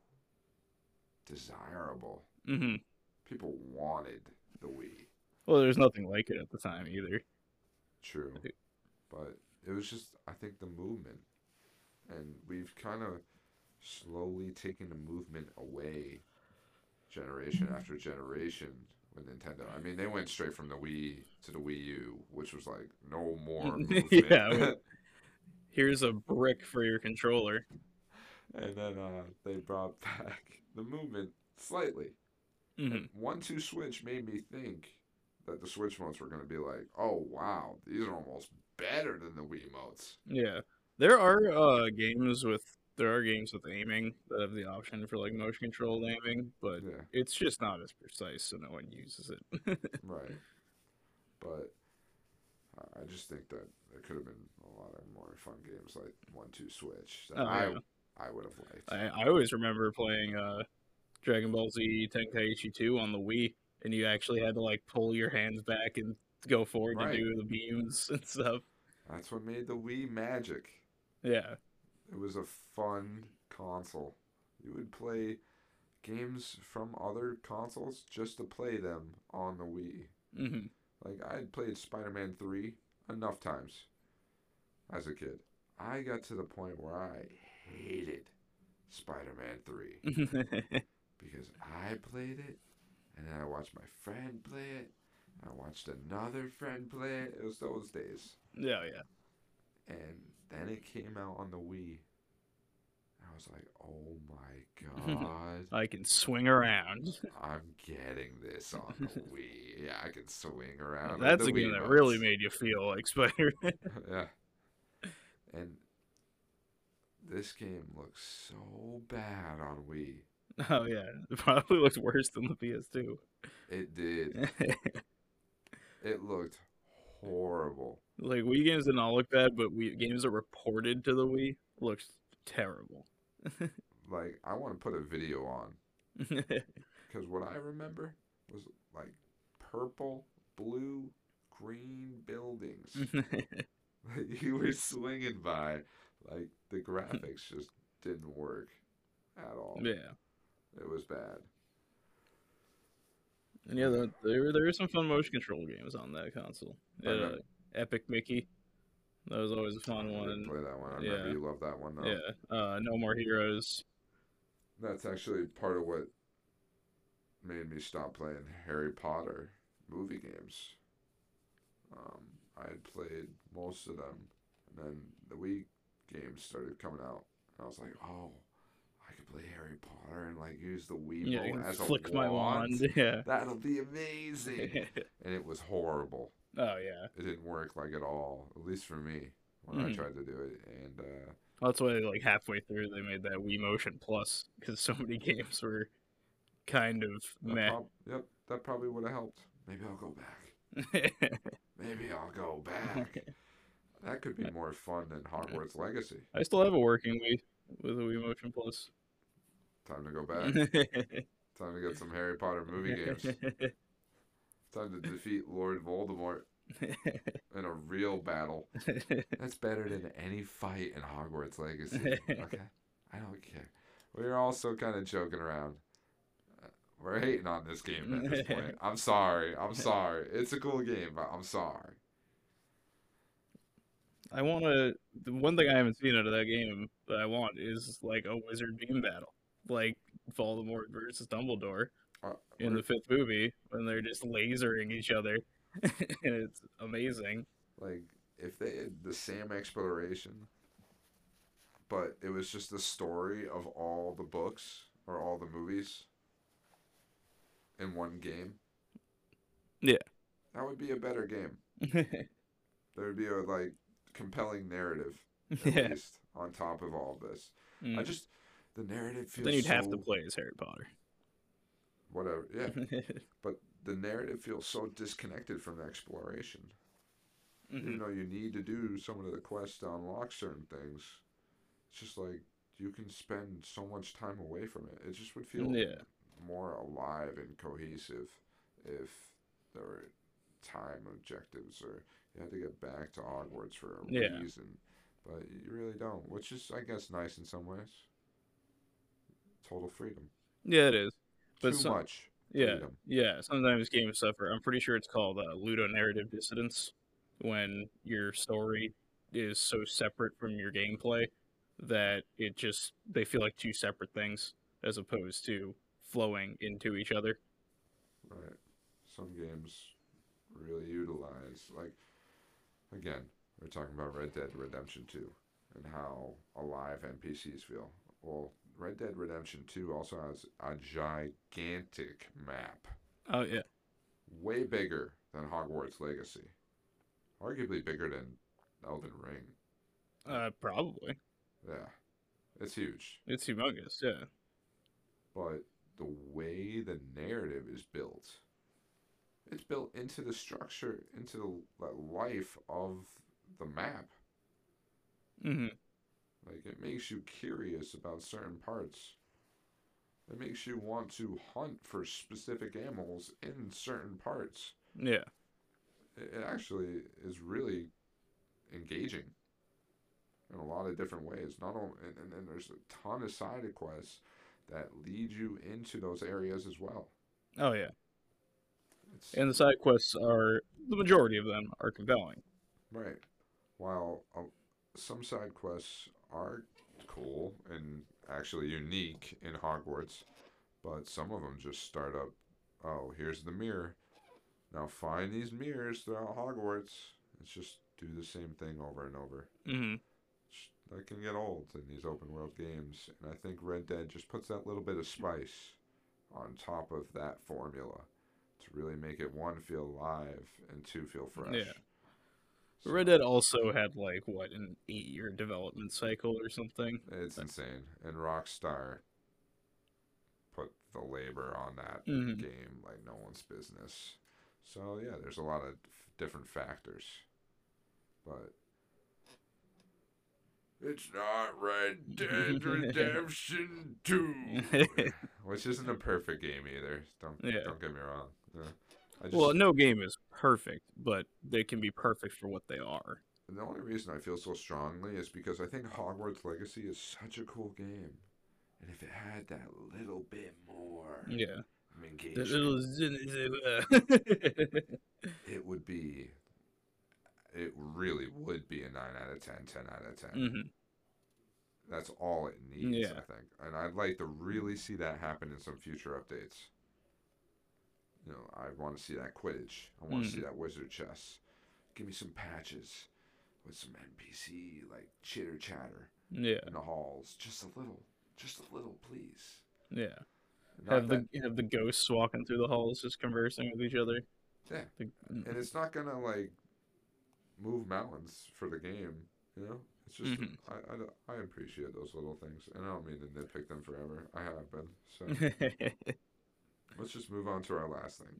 A: desirable.
C: hmm
A: People wanted the Wii.
C: Well, there's nothing like it at the time either.
A: True.
C: Okay.
A: But it was just I think the movement. And we've kind of slowly taken the movement away generation after generation with Nintendo. I mean, they went straight from the Wii to the Wii U, which was like no more movement.
C: Yeah, well- Here's a brick for your controller.
A: And then uh, they brought back the movement slightly.
C: hmm
A: One two switch made me think that the switch modes were going to be like, oh wow, these are almost better than the Wii modes.
C: Yeah, there are uh games with there are games with aiming that have the option for like motion controlled aiming, but
A: Yeah,
C: it's just not as precise, so no one uses it.
A: right. But I- I just think that there could have been a lot of more fun games like one two switch that
C: Oh,
A: I
C: yeah.
A: I would have liked.
C: I, I always remember playing uh Dragon Ball Z Tenkaichi 2 on the Wii, and you actually had to like pull your hands back and go forward
A: Right.
C: to do the beams and stuff.
A: That's what made the Wii magic.
C: Yeah,
A: It was a fun console. You would play games from other consoles just to play them on the Wii.
C: hmm
A: Like I had played Spider-Man 3 enough times as a kid. I got to the point where I hated Spider-Man 3 because I played it and then I watched my friend play it. I watched another friend play it. It was those days.
C: yeah, yeah.
A: And then it came out on the Wii. I was like, "Oh my god."
C: I can swing around.
A: I'm getting this on the Wii. Yeah, I can swing around. with
C: That's
A: the
C: a game
A: Wii
C: that really
A: motes.
C: made you feel like Spider. man
A: yeah. And this game looks so bad on Wii.
C: oh yeah, it probably looked worse than the PS2.
A: It did.
C: like
A: It looked horrible.
C: Wii games did not look bad, but Wii games that reported to the Wii looked terrible.
A: Like I want to put a video on
C: yeah,
A: because what I remember was like purple, blue, green buildings that you were swinging by. Like the graphics just didn't work. at all.
C: Yeah,
A: It was bad.
C: and yeah, the, there were- there were some fun motion control games on that console. It,
A: I
C: uh,
A: know.
C: Epic Mickey, that was always a fun
A: I
C: one.
A: didn't play that one. I remember
C: yeah.
A: you love that one though.
C: Yeah, uh, No More Heroes.
A: That's actually part of what made me stop playing Harry Potter movie games. Um, I had played most of them, and then the Wii games started coming out, and I was like, oh, I could play Harry Potter and like use the Wii
C: Yeah, you
A: remote
C: can
A: as
C: flick
A: a
C: my
A: wand.
C: wand. Yeah.
A: That'll be amazing. and it was horrible.
C: oh yeah,
A: It didn't work like at all, at least for me when I
C: Mhm.
A: tried to do it. And uh,
C: that's why like halfway through they made that Wii Motion Plus because so many games were kind of
A: that
C: meh.
A: prob- yep, that probably would have helped. Maybe I'll go back. Maybe I'll go back. that could be more fun than Hogwarts Legacy.
C: I still have a working Wii with a Wii Motion Plus.
A: Time to go back. Time to get some Harry Potter movie games. Time to defeat Lord Voldemort in a real battle. That's better than any fight in Hogwarts Legacy. Okay? I don't care. We We're also kind of joking around. Uh, We're hating on this game at this point. I'm sorry. I'm sorry. It's a cool game, but I'm sorry.
C: I want to. The one thing I haven't seen out of that game that I want is like a wizard beam battle, like Voldemort versus Dumbledore
A: Uh,
C: in the fifth movie when they're just lasering each other, and it's amazing.
A: like if they had the same exploration but it was just the story of all the books or all the movies in one game
C: Yeah.
A: that would be a better game there would be a like compelling narrative at
C: yeah.
A: least on top of all this i
C: Mm.
A: just the narrative feels
C: Then you'd have to
A: so-
C: play Mm-hmm. as Harry Potter.
A: whatever yeah but the narrative feels so disconnected from the exploration
C: Mm-hmm.
A: you know you need to do some of the quests to unlock certain things it's just like you can spend so much time away from it it just would feel
C: Yeah.
A: more alive and cohesive if there were time objectives or you had to get back to hogwarts for a
C: Yeah.
A: reason but you really don't which is i guess nice in some ways total freedom
C: yeah, it is. But
A: too
C: some-
A: much
C: Yeah,
A: freedom.
C: yeah. Sometimes games suffer. I'm pretty sure it's called uh, ludonarrative dissonance when your story is so separate from your gameplay that it just they feel like two separate things as opposed to flowing into each other.
A: Right. Some games really utilize like again, we're talking about Red Dead Redemption 2 and how alive NPCs feel. Well, Red Dead Redemption 2 also has a gigantic map,
C: Oh yeah,
A: way bigger than Hogwarts Legacy. Arguably bigger than Elden Ring.
C: uh, probably
A: Yeah. It's huge.
C: it's humongous. Yeah,
A: but the way the narrative is built it's built into the structure into the li- life of the map
C: hmm
A: like it makes you curious about certain parts it makes you want to hunt for specific animals in certain parts
C: yeah.
A: it it actually is really engaging in a lot of different ways. Not only, and, and then there's a ton of side quests that lead you into those areas as well.
C: Oh yeah.
A: It's,
C: And the side quests are the majority of them are compelling.
A: right. While uh, some side quests are cool and actually unique in Hogwarts, but some of them just start up. Oh, here's the mirror. Now find these mirrors throughout Hogwarts. It's just do the same thing over and over.
C: hmm
A: sh- that can get old in these open world games, and I think Red Dead just puts that little bit of spice on top of that formula to really make it one feel alive and two feel fresh.
C: Yeah. Red Dead also had like what an eight-year development cycle or something.
A: It's insane, and Rockstar put the labor on that
C: Mhm.
A: game like no one's business. So yeah, there's a lot of f- different factors, but. It's not Red Dead Redemption 2. Which isn't a perfect game either. Don't
C: Yeah.
A: don't get me wrong. Yeah. I just,
C: Well, no game is perfect, but they can be perfect for what they are.
A: the only reason I feel so strongly is because I think Hogwarts Legacy is such a cool game, And if it had that little bit more
C: Yeah. The
A: engagement,
C: little zin-
A: it would be, it really would be a 9 out of 10, 10 out of 10.
C: Mhm.
A: That's all it needs,
C: Yeah.
A: I think. And I'd like to really see that happen in some future updates. You know, I want to see that Quidditch. I want to
C: Mm-hmm.
A: see that Wizard Chess. Give me some patches with some NPC, like chitter chatter
C: Yeah.
A: in the halls. Just a little. Just a little, please.
C: Yeah.
A: Not
C: Have
A: that-
C: the have the ghosts walking through the halls just conversing with each other.
A: Yeah.
C: The-
A: and it's not gonna like move mountains for the game. You know, it's just
C: Mhm.
A: I, I don't- I appreciate those little things, and I don't mean to nitpick them forever. I have been. So let's just move on to our last thing.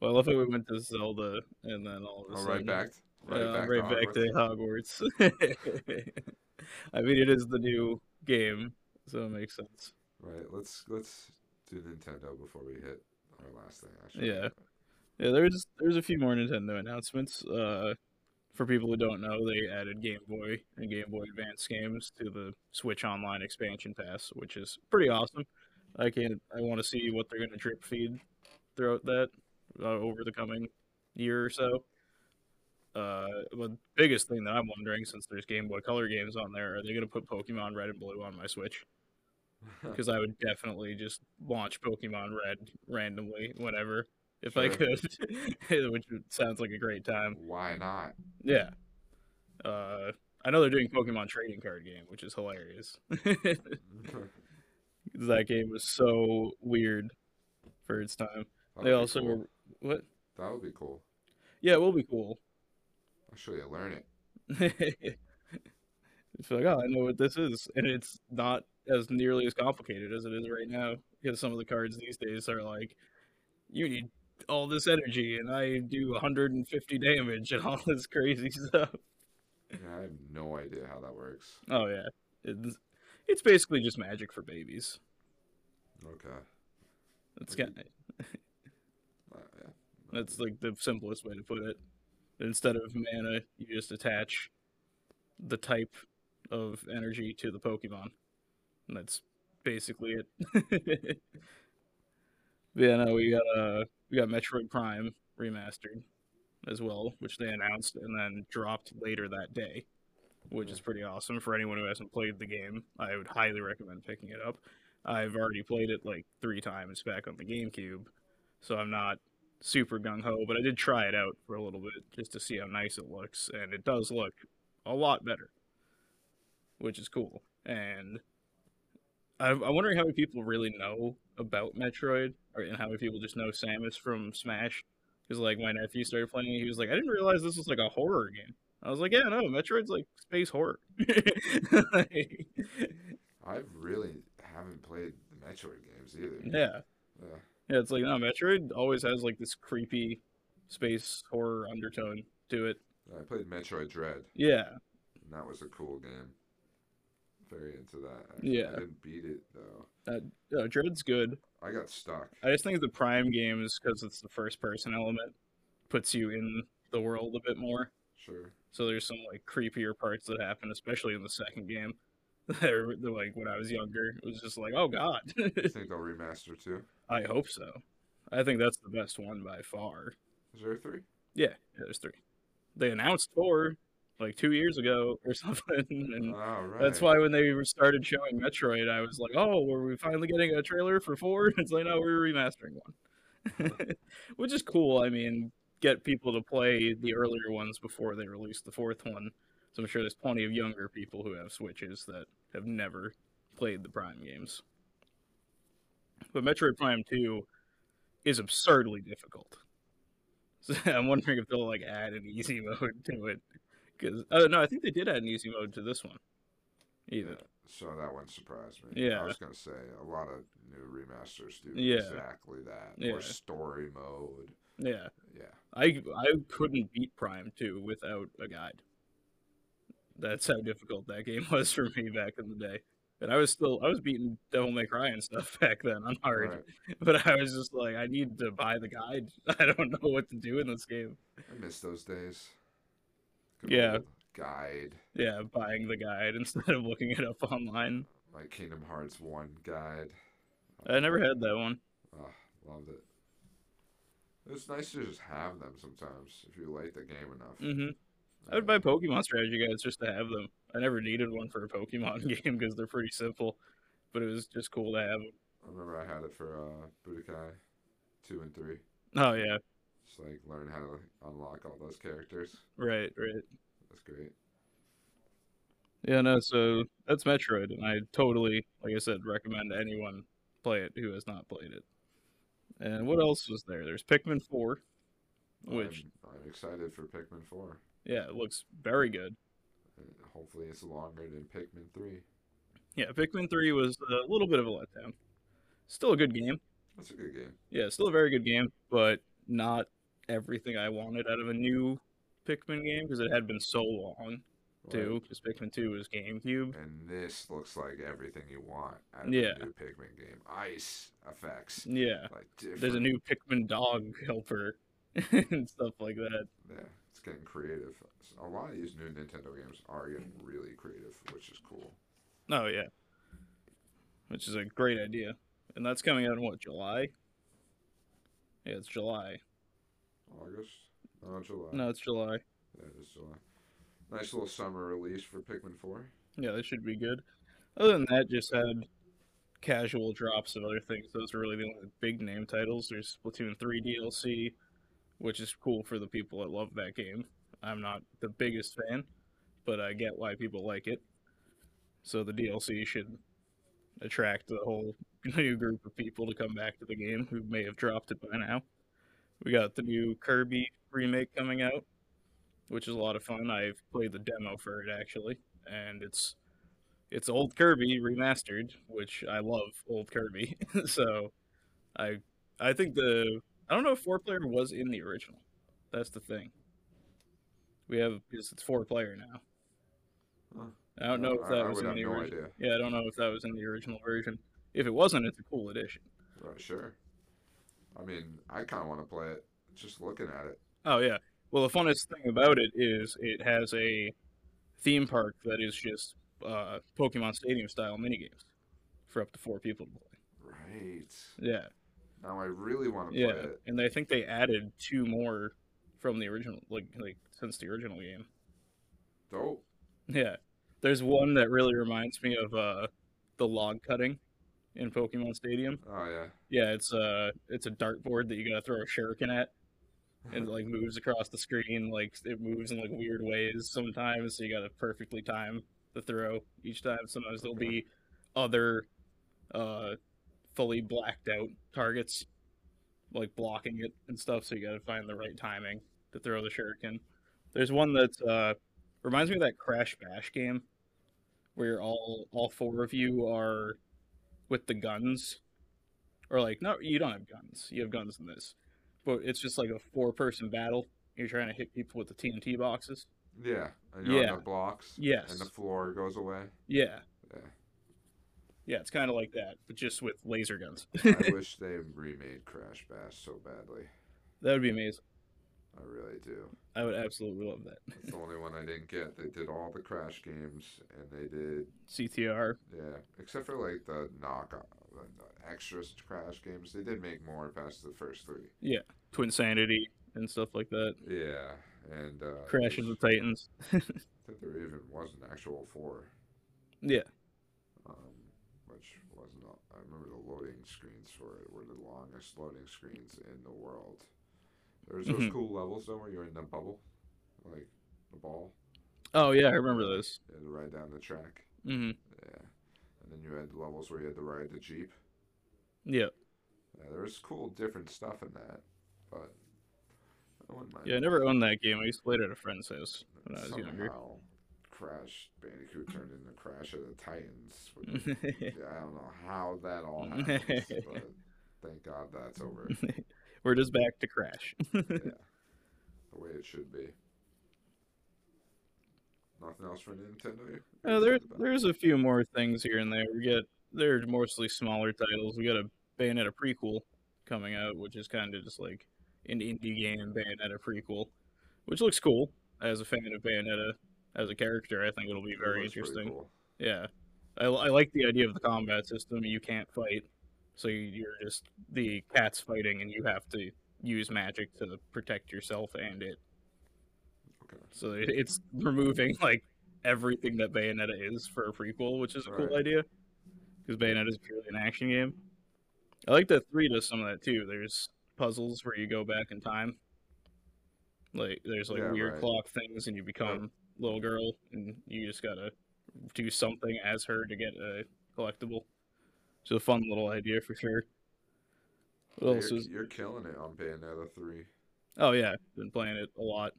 C: well, I love how we went to Zelda and then all of a
A: Oh, right
C: sudden
A: back, right
C: Yeah,
A: back,
C: right
A: to
C: back to
A: Hogwarts.
C: Hogwarts. I mean, it is the new game, so it makes sense.
A: Right, let's let's do Nintendo before we hit our last thing. Actually,
C: Yeah. Yeah, there's there's a few more Nintendo announcements. Uh, for people who don't know, they added Game Boy and Game Boy Advance games to the Switch Online expansion pass, which is pretty awesome. I can I want to see what they're going to drip feed throughout that uh, over the coming year or so. Uh, but the biggest thing that I'm wondering, since there's Game Boy Color games on there, are they going to put Pokemon Red and Blue on my Switch? Because I would definitely just launch Pokemon Red randomly whenever if I
A: Sure.
C: could, which would- sounds like a great time.
A: Why not?
C: Yeah. Uh, I know they're doing Pokemon trading card game, which is hilarious. 'Cause that game was so weird for its time. they also
A: cool.
C: were what?
A: that would be cool.
C: Yeah, it will be cool.
A: Actually, I learn it.
C: it's like, oh, I know what this is, and it's not as nearly as complicated as it is right now. Because some of the cards these days are like, you need all this energy, and I do 150 damage and all this crazy stuff.
A: Yeah, I have no idea how that works.
C: Oh yeah, it's it's basically just magic for babies.
A: Okay,
C: That's
A: Okay.
C: kind
A: Uh, yeah.
C: that's like the simplest way to put it. Instead of mana, you just attach the type of energy to the Pokemon, and that's basically it. yeah, no, we got uh we got Metroid Prime remastered as well, which they announced and then dropped later that day, which is pretty awesome for anyone who hasn't played the game. I would highly recommend picking it up. I've already played it like three times back on the GameCube, so I'm not super gung ho, but I did try it out for a little bit just to see how nice it looks, and it does look a lot better, which is cool. And I'm, I'm wondering how many people really know about Metroid, or and how many people just know Samus from Smash. Because like my nephew started playing it, he was like, I didn't realize this was like a horror game. I was like, yeah, no, Metroid's like space horror. Like,
A: I really haven't played the Metroid games either.
C: yeah.
A: Yeah.
C: Yeah, it's like no, Metroid always has like this creepy space horror undertone to it.
A: I played Metroid Dread,
C: Yeah,
A: and that was a cool game. Very into that. actually.
C: Yeah.
A: I didn't beat it though.
C: no, Dread's good.
A: I got stuck.
C: I just think the Prime games because it's the first person element puts you in the world a bit more.
A: Sure.
C: So there's some like creepier parts that happen, especially in the second game. They're, they're like when I was younger, it was just like, oh god.
A: You think they'll remaster too?
C: I hope so. I think that's the best one by far.
A: Is there a three?
C: Yeah, yeah there's three. They announced four like two years ago or something, and
A: Oh right.
C: Mm. That's why when they started showing Metroid, I was like, "Oh, were we finally getting a trailer for four? It's like, "No, we're remastering one," which is cool. I mean, get people to play the earlier ones before they release the fourth one. So I'm sure there's plenty of younger people who have Switches that have never played the Prime games. But Metroid Prime Two is absurdly difficult. So I'm wondering if they'll like add an easy mode to it. Because oh no, I think they did add an easy mode to this one. Even
A: Yeah, So that one surprised me. I
C: Yeah.
A: was gonna say a lot of new remasters do
C: Yeah.
A: exactly that.
C: Yeah.
A: Or story mode.
C: yeah,
A: Yeah.
C: I I couldn't beat Prime Two without a guide. That's how difficult that game was for me back in the day. And I was still I was beating Devil May Cry and stuff back then on hard,
A: Right.
C: but I was just like, I need to buy the guide. I don't know what to do in this game.
A: I miss those days.
C: Yeah.
A: old Guide.
C: Yeah, buying the guide instead of looking it up online.
A: like Kingdom Hearts One guide.
C: I never had that one.
A: Ugh, loved it. It's nice to just have them sometimes if you like the game enough.
C: hmm I
A: Uh,
C: would buy Pokemon strategy guides just to have them. I never needed one for a Pokemon game because they're pretty simple, but it was just cool to have them.
A: I remember I had it for uh, Budokai two and three.
C: Oh yeah,
A: Just like learn how to unlock all those characters.
C: right, right.
A: That's great.
C: Yeah, no. So that's Metroid, and I totally, like I said, recommend anyone play it who has not played it. And what else was there? There's Pikmin Four, which
A: I'm, I'm excited for Pikmin four.
C: yeah, it looks very good.
A: And hopefully, it's longer than Pikmin three.
C: Yeah, Pikmin Three was a little bit of a letdown. Still a good game.
A: That's a good game.
C: Yeah, still a very good game, but not everything I wanted out of a new Pikmin game because it had been so long too. Because Pikmin Two was GameCube.
A: And this looks like everything you want out of
C: Yeah.
A: a new Pikmin game. Ice effects.
C: Yeah,
A: Like
C: there's a
A: different-
C: new Pikmin dog helper and stuff like that.
A: Yeah, it's getting creative. A lot of these new Nintendo games are getting really creative, which is cool.
C: Oh yeah, which is a great idea, and that's coming out in what July? Yeah, it's July.
A: August? No, July.
C: No, it's July.
A: Yeah, it is July. Nice little summer release for Pikmin 4.
C: Yeah, that should be good. Other than that, just had casual drops of other things. Those are really the only big name titles. There's Splatoon 3 DLC, which is cool for the people that love that game. I'm not the biggest fan, but I get why people like it. So the DLC should attract the whole new group of people to come back to the game who may have dropped it by now. We got the new Kirby remake coming out, which is a lot of fun. I've played the demo for it actually, and it's it's old Kirby remastered, which I love old Kirby. so I I think the I don't know if four player was in the original. That's the thing. We have because it's four player now.
A: Huh.
C: I don't know if that
A: I
C: was
A: would
C: in
A: have
C: the
A: no
C: original.
A: idea.
C: Yeah, I don't know if that was in the original version. If it wasn't, it's a cool addition.
A: Right, sure. I mean, I kind of want to play it just looking at it.
C: Oh yeah. Well, the funnest thing about it is it has a theme park that is just uh, Pokemon Stadium style minigames for up to four people to play.
A: Right.
C: Yeah,
A: Now I really want to play
C: yeah.
A: it.
C: And I think they added two more from the original, like like since the original game.
A: Dope.
C: Yeah. There's one that really reminds me of uh, the log cutting in Pokemon Stadium.
A: Oh, yeah.
C: Yeah, it's a it's a dartboard that you gotta throw a shuriken at, and it, like moves across the screen. Like it moves in like weird ways sometimes, so you gotta perfectly time the throw each time. Sometimes there'll be other, uh, fully blacked out targets, like blocking it and stuff. So you gotta find the right timing to throw the shuriken. There's one that uh, reminds me of that Crash Bash game, where all all four of you are with the guns or like no you don't have guns you have guns in this but it's just like a four person battle you're trying to hit people with the tnt boxes
A: Yeah. And you're
C: Yeah.
A: on the blocks.
C: Yes.
A: And the floor goes away.
C: yeah
A: Yeah.
C: yeah it's kind of like that but just with laser guns
A: I wish they remade Crash Bash so badly.
C: that would be amazing
A: I really do.
C: i would absolutely love that
A: It's the only one I didn't get. They did all the Crash games, and they did
C: ctr
A: yeah, except for like the knockoff, the, the extra Crash games. They did make more past the first three.
C: twin sanity and stuff like that
A: Yeah, and uh,
C: crash of the
A: there's-
C: titans
A: I think there even was an actual four.
C: yeah
A: Um, which wasn't. I remember the loading screens for it were the longest loading screens in the world. There was those
C: Mhm.
A: cool levels though where you're in the bubble, like the ball,
C: oh yeah i remember those
A: you had to ride down the track.
C: mm-hmm.
A: Yeah. And then you had levels where you had to ride the Jeep.
C: yeah
A: Yeah, there was cool different stuff in that. But I wouldn't mind.
C: yeah i never owned that game i used to play it at a friend's house when i was younger
A: Somehow Crash Bandicoot turned into Crash of the Titans. which- yeah, I don't know how that all happened, but thank God that's over.
C: we're just back to crash
A: Yeah. The way it should be. Nothing else for Nintendo?
C: Uh, there, there's a few more things here and there. We get they're mostly smaller titles. We got a Bayonetta prequel coming out, which is kind of just like an indie game Bayonetta prequel, which looks cool. As a fan of Bayonetta as a character, I think it'll be very interesting. Yeah, I, I like the idea of the combat system. You can't fight, so you- you're just the cat's fighting, and you have to use magic to protect yourself and it.
A: Okay.
C: So it- it's removing like everything that Bayonetta is for a prequel, which is a cool
A: Right.
C: idea because Bayonetta is purely an action game. I like that three does some of that too. There's puzzles where you go back in time. Like there's like
A: Yeah,
C: weird
A: right.
C: clock things, and you become little girl, and you just gotta do something as her to get a collectible. It's a fun little idea for sure. What else
A: you're,
C: is?
A: you're killing it on Bayonetta 3.
C: Oh yeah, been playing it a lot.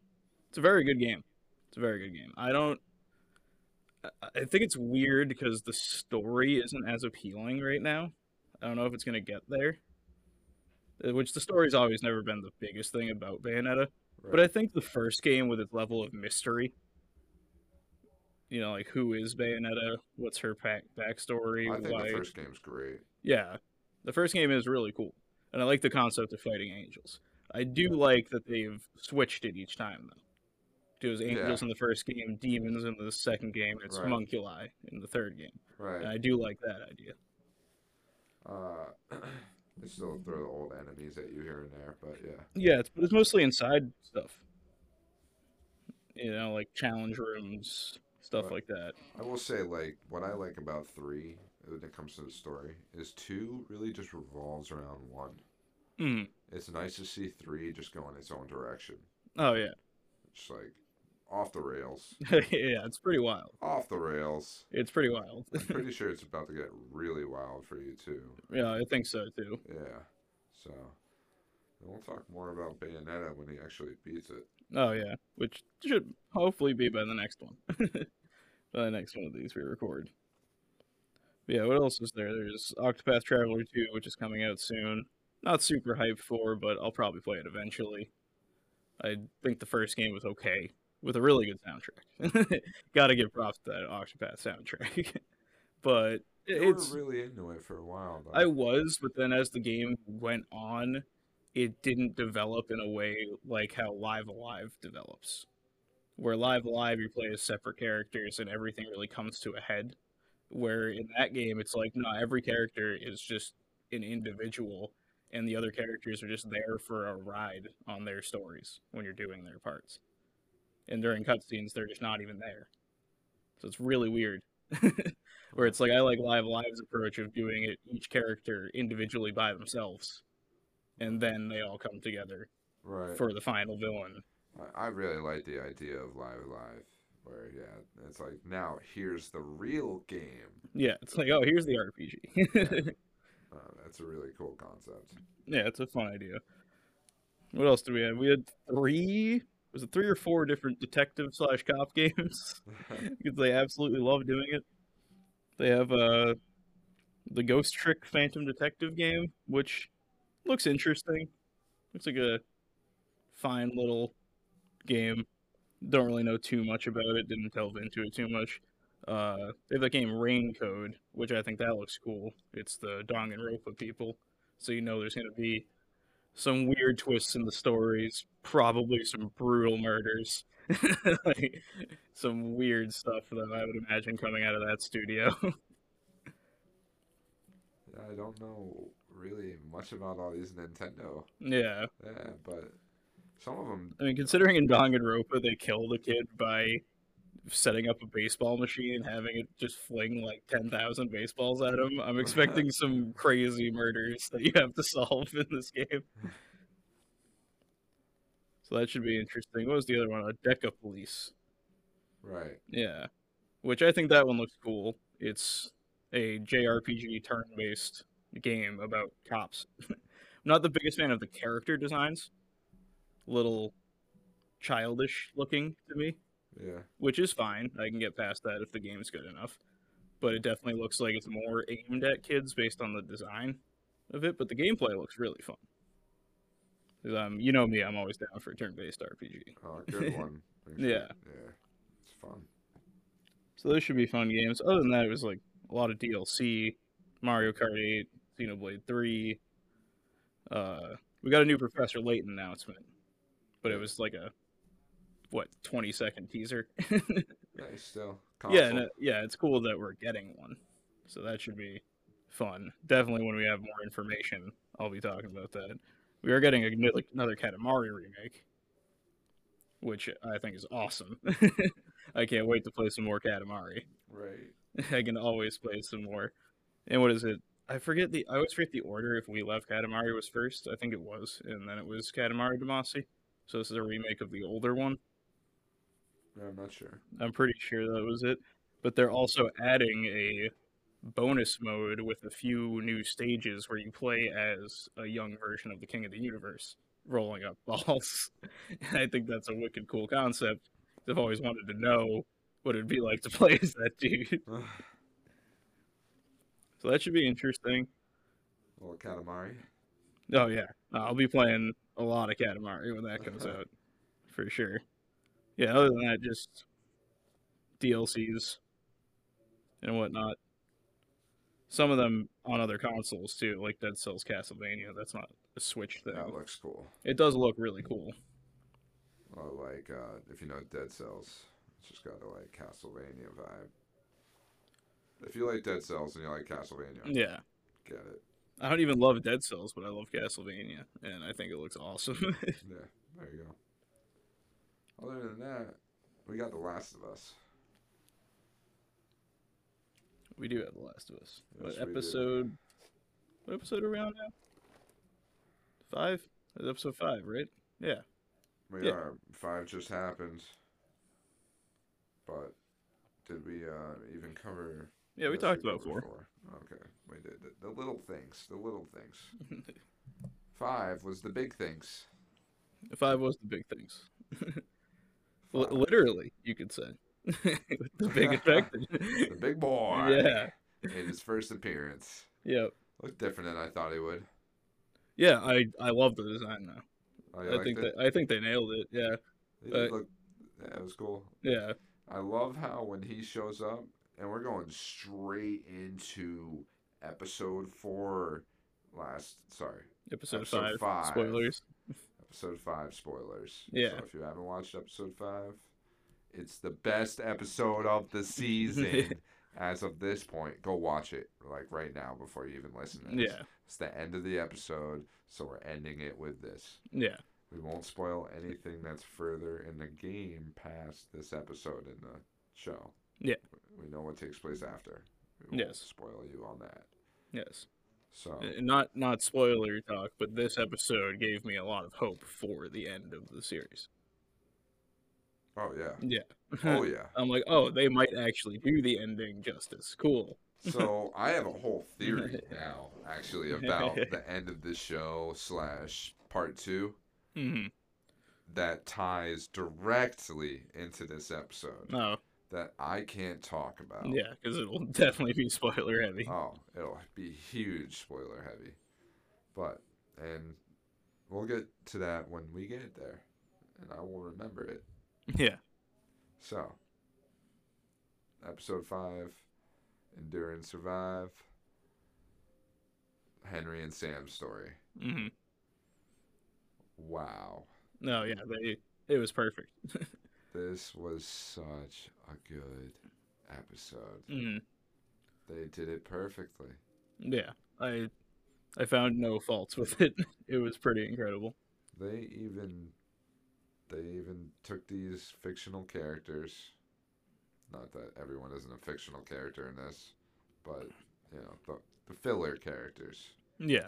C: It's a very good game. It's a very good game. I don't. I- I think it's weird because the story isn't as appealing right now. I don't know if it's gonna get there. Uh, Which the story's always never been the biggest thing about Bayonetta, but I
A: Right.
C: think the first game with its level of mystery. You know, like who is Bayonetta? What's her pack backstory?
A: I think
C: Why?
A: the first game's great.
C: Yeah. The first game is really cool. And I like the concept of fighting angels. I do like that they've switched it each time though. It was angels
A: Yeah.
C: in the first game, demons in the second game, and it's
A: Right.
C: homunculi in the third game.
A: Right.
C: And I do like that idea.
A: Uh, they still throw the old enemies at you here and there, but yeah.
C: Yeah, it's, but it's mostly inside stuff. You know, like challenge rooms, stuff
A: Right.
C: like that.
A: I will say, like, what I like about three uh, when it comes to the story is two really just revolves around one.
C: Mm.
A: It's nice to see three just go in its own direction,
C: Oh yeah,
A: just like off the rails,
C: yeah, it's pretty wild.
A: off the rails.
C: It's pretty wild.
A: I'm pretty sure it's about to get really wild for you too.
C: yeah, I think so too.
A: Yeah, so and we'll talk more about Bayonetta when he actually beats it.
C: Oh yeah, which should hopefully be by the next one. by the next one of these we record. But yeah, what else is there? There's Octopath Traveler 2, which is coming out soon. Not super hyped for, but I'll probably play it eventually. I think the first game was okay with a really good soundtrack. Got to give props to that Octopath soundtrack. but it-
A: You were
C: it's
A: really into it for a while, though.
C: I was, but then as the game went on, it didn't develop in a way like how Live Alive develops. Where Live Alive, you play as separate characters and everything really comes to a head. Where in that game, it's like, no, every character is just an individual, and the other characters are just there for a ride on their stories when you're doing their parts. And during cutscenes, they're just not even there. So it's really weird. where it's like I like Live Live's approach of doing it each character individually by themselves, and then they all come together
A: right.
C: for the final villain.
A: I- I really like the idea of Live Live, where yeah, it's like now here's the real game.
C: Yeah, it's like oh, here's the RPG.
A: Uh, that's a really cool concept.
C: yeah, it's a fun idea. What else did we have? We had three. Was it three or four different detective slash cop games? because they absolutely love doing it. They have uh, the Ghost Trick Phantom Detective game, which looks interesting. Looks like a fine little game. Don't really know too much about it. Didn't delve into it too much. Uh, they have that game Rain Code, which I think that looks cool. It's the Danganronpa people, so you know there's going to be some weird twists in the stories, probably some brutal murders. like, some weird stuff that I would imagine coming out of that studio.
A: Yeah, I don't know really much about all these Nintendo,
C: yeah,
A: yeah, but some of them,
C: I mean, considering in Danganronpa they killed a kid by setting up a baseball machine and having it just fling like ten thousand baseballs at him, I'm expecting some crazy murders that you have to solve in this game. So that should be interesting. What was the other one? A Deca Police.
A: right?
C: Yeah. Which I think that one looks cool. It's a JRPG turn based game about cops. I'm not the biggest fan of the character designs. Little childish looking to me,
A: Yeah,
C: which is fine. I can get past that if the game's good enough. But it definitely looks like it's more aimed at kids based on the design of it. But the gameplay looks really fun. 'Cause, Um, you know me, I'm always down for a turn based RPG.
A: oh, good one. Thanks for-
C: Yeah.
A: yeah, it's fun.
C: So those should be fun games. Other than that, it was like a lot of DLC, Mario Kart 8, Xenoblade 3. Uh, we got a new Professor Layton announcement, but it was like a what 20 second teaser.
A: Nice still.
C: yeah,
A: Console.
C: and it- yeah, it's cool that we're getting one. So that should be fun. Definitely when we have more information, I'll be talking about that. We are getting another another Katamari remake, which I think is awesome. I can't wait to play some more Katamari.
A: Right.
C: I can always play some more. And what is it? I forget the. I always forget the order. If we left Katamari was first, I think it was, and then it was Katamari Damacy. So this is a remake of the older one.
A: Yeah, I'm not sure.
C: I'm pretty sure that was it. But they're also adding a bonus mode with a few new stages where you play as a young version of the King of the Universe, rolling up balls. and I think that's a wicked cool concept. I've always wanted to know what it'd be like to play as that dude. So that should be interesting.
A: Little Katamari.
C: Oh yeah, No, I'll be playing a lot of Katamari when that comes out, for sure. Yeah, other than that, just DLCs and whatnot. Some of them on other consoles too, like Dead Cells Castlevania. That's not a Switch thing.
A: That looks cool.
C: It does look really cool.
A: Or like uh, if you know Dead Cells, it's just got a like Castlevania vibe. If you like Dead Cells and you like Castlevania,
C: Yeah,
A: get it.
C: I don't even love Dead Cells, but I love Castlevania, and I think it looks awesome.
A: Yeah, there you go. Other than that, we got The Last of Us.
C: we do have The Last of Us. What
A: Yes, we do.
C: episode? What episode are we on now? Five. That's episode five, right? Yeah.
A: We
C: Yeah.
A: are five just happened, but did we uh, even cover?
C: Yeah, we
A: Yes,
C: talked about
A: covered
C: four.
A: Okay, we did the, the little things. The little things. Five was the big things.
C: Five was the big things. L-
A: Five.
C: literally, you could say. With the big effect.
A: The big boy.
C: yeah.
A: In his first appearance,
C: Yep.
A: looked different than I thought he would.
C: Yeah, I I love the design now.
A: Oh, you
C: I
A: liked
C: think
A: it?
C: that I think they nailed it. Yeah.
A: It did
C: uh,
A: look- yeah, it was cool.
C: Yeah.
A: I love how when he shows up, and we're going straight into episode four. Last, sorry,
C: Episode,
A: Episode
C: five.
A: five.
C: Spoilers.
A: episode five spoilers.
C: Yeah.
A: So if you haven't watched episode five, it's the best episode of the season as of this point. Go watch it like right now before you even listen. To this.
C: Yeah.
A: It's the end of the episode, so we're ending it with this.
C: Yeah.
A: We won't spoil anything that's further in the game past this episode in the show.
C: Yeah.
A: We know what takes place after. We
C: Yes. Uh,
A: Spoil you on that.
C: Yes.
A: So
C: And Not not spoiler talk, but this episode gave me a lot of hope for the end of the series.
A: oh yeah.
C: Yeah.
A: Oh yeah.
C: I'm like, oh, they might actually do the ending justice. Cool.
A: So I have a whole theory now, actually, about the end of the show slash part two
C: hmm
A: that ties directly into this episode
C: Oh,
A: that I can't talk about.
C: yeah, because it'll definitely be spoiler heavy.
A: Oh, it'll be huge spoiler heavy. But and we'll get to that when we get there. And I will remember it.
C: Yeah.
A: So episode five, Endure and Survive. Henry and Sam's story.
C: hmm
A: Wow.
C: No, Oh, yeah,
A: Mm-hmm.
C: they it was perfect.
A: This was such a good episode.
C: hmm
A: They did it perfectly.
C: Yeah, I I found no faults with it. It was pretty incredible.
A: They even they even took these fictional characters. Not that everyone isn't a fictional character in this, but you know, the, the filler characters.
C: Yeah,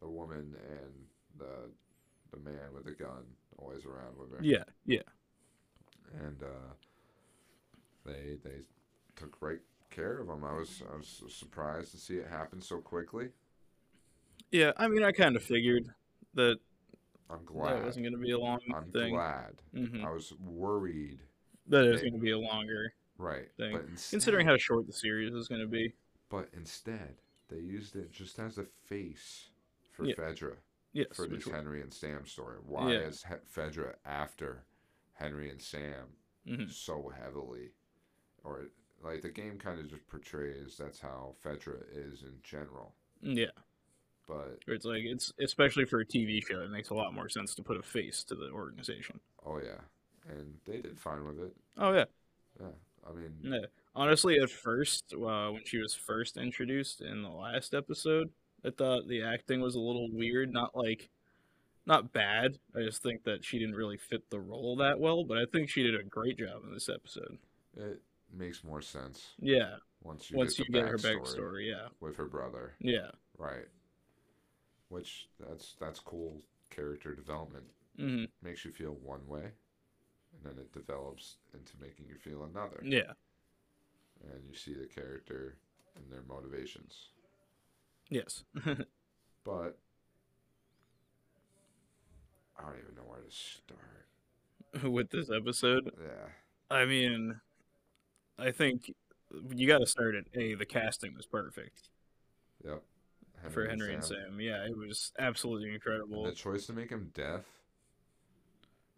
A: The woman and the the man with the gun always around with her.
C: yeah, yeah,
A: and uh, they they took right care of them. I was I was surprised to see it happen so quickly.
C: yeah. I mean, I kind of figured that
A: I'm
C: that
A: glad.
C: wasn't going to be a long
A: I'm
C: thing.
A: glad.
C: hmm
A: I was worried.
C: That it was
A: Hey.
C: going to be a longer,
A: Right.
C: Thing.
A: But instead,
C: considering how short the series is going to be.
A: But instead, they used it just as a face for
C: Yeah.
A: Fedra
C: Yes,
A: for this
C: which-
A: Henry and Sam story. Why
C: Yeah.
A: is he- Fedra after Henry and Sam
C: mhm.
A: so heavily? Or like the game kind of just portrays that's how Fedra is in general.
C: Mm-hmm. yeah.
A: But
C: Where It's like it's especially for a TV show, it makes a lot more sense to put a face to the organization.
A: Oh yeah, and they did fine with it.
C: Oh yeah,
A: Yeah, I mean,
C: yeah. Honestly, at first, uh, when she was first introduced in the last episode, I thought the acting was a little weird. Not like, not bad. I just think that she didn't really fit the role that well. But I think she did a great job in this episode.
A: It makes more sense
C: Yeah.
A: once you
C: once
A: get,
C: you
A: the
C: get her
A: backstory
C: backstory, yeah,
A: with her brother,
C: yeah.
A: right? Which that's that's cool character development.
C: hmm
A: Makes you feel one way, and then it develops into making you feel another.
C: Yeah.
A: and you see the character and their motivations.
C: Yes.
A: But I don't even know where to start.
C: With this episode,
A: Yeah.
C: I mean, I think you got to start at a. The casting was perfect
A: Yep.
C: for Henry and Sam. Yeah, it was absolutely
A: And
C: incredible.
A: the choice to make him deaf,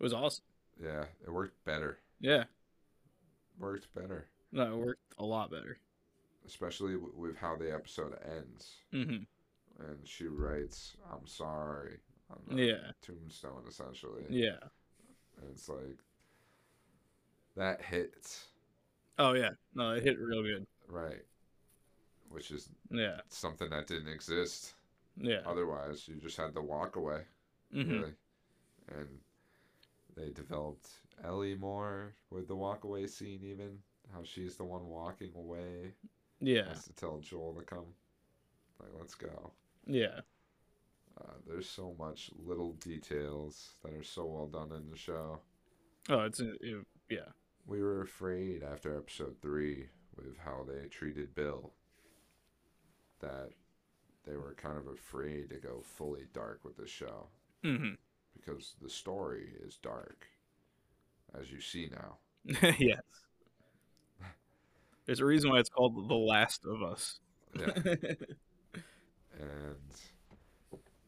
C: It was awesome.
A: yeah, it worked better.
C: Yeah,
A: Worked better,
C: no, it worked a lot better.
A: especially w- with how the episode ends.
C: hmm
A: And she writes, "I'm sorry." On the
C: Yeah,
A: Tombstone, essentially.
C: yeah.
A: And it's like that hits
C: Oh yeah, no, it hit real good.
A: right, which is
C: Yeah,
A: something that didn't exist
C: yeah.
A: Oh, Otherwise, you just had to walk away,
C: hmm
A: really. And they developed Ellie more with the walk away scene, even how she's the one walking away,
C: Yeah,
A: has to tell Joel to come. Like, let's go.
C: yeah.
A: Uh, there's so much little details that are so well done in the show.
C: Oh, it's it, yeah,
A: We were afraid after episode three with how they treated Bill that they were kind of afraid to go fully dark with the show.
C: hmm
A: because the story is dark, as you see now.
C: yes. There's a reason why it's called The Last of Us.
A: Yeah. and,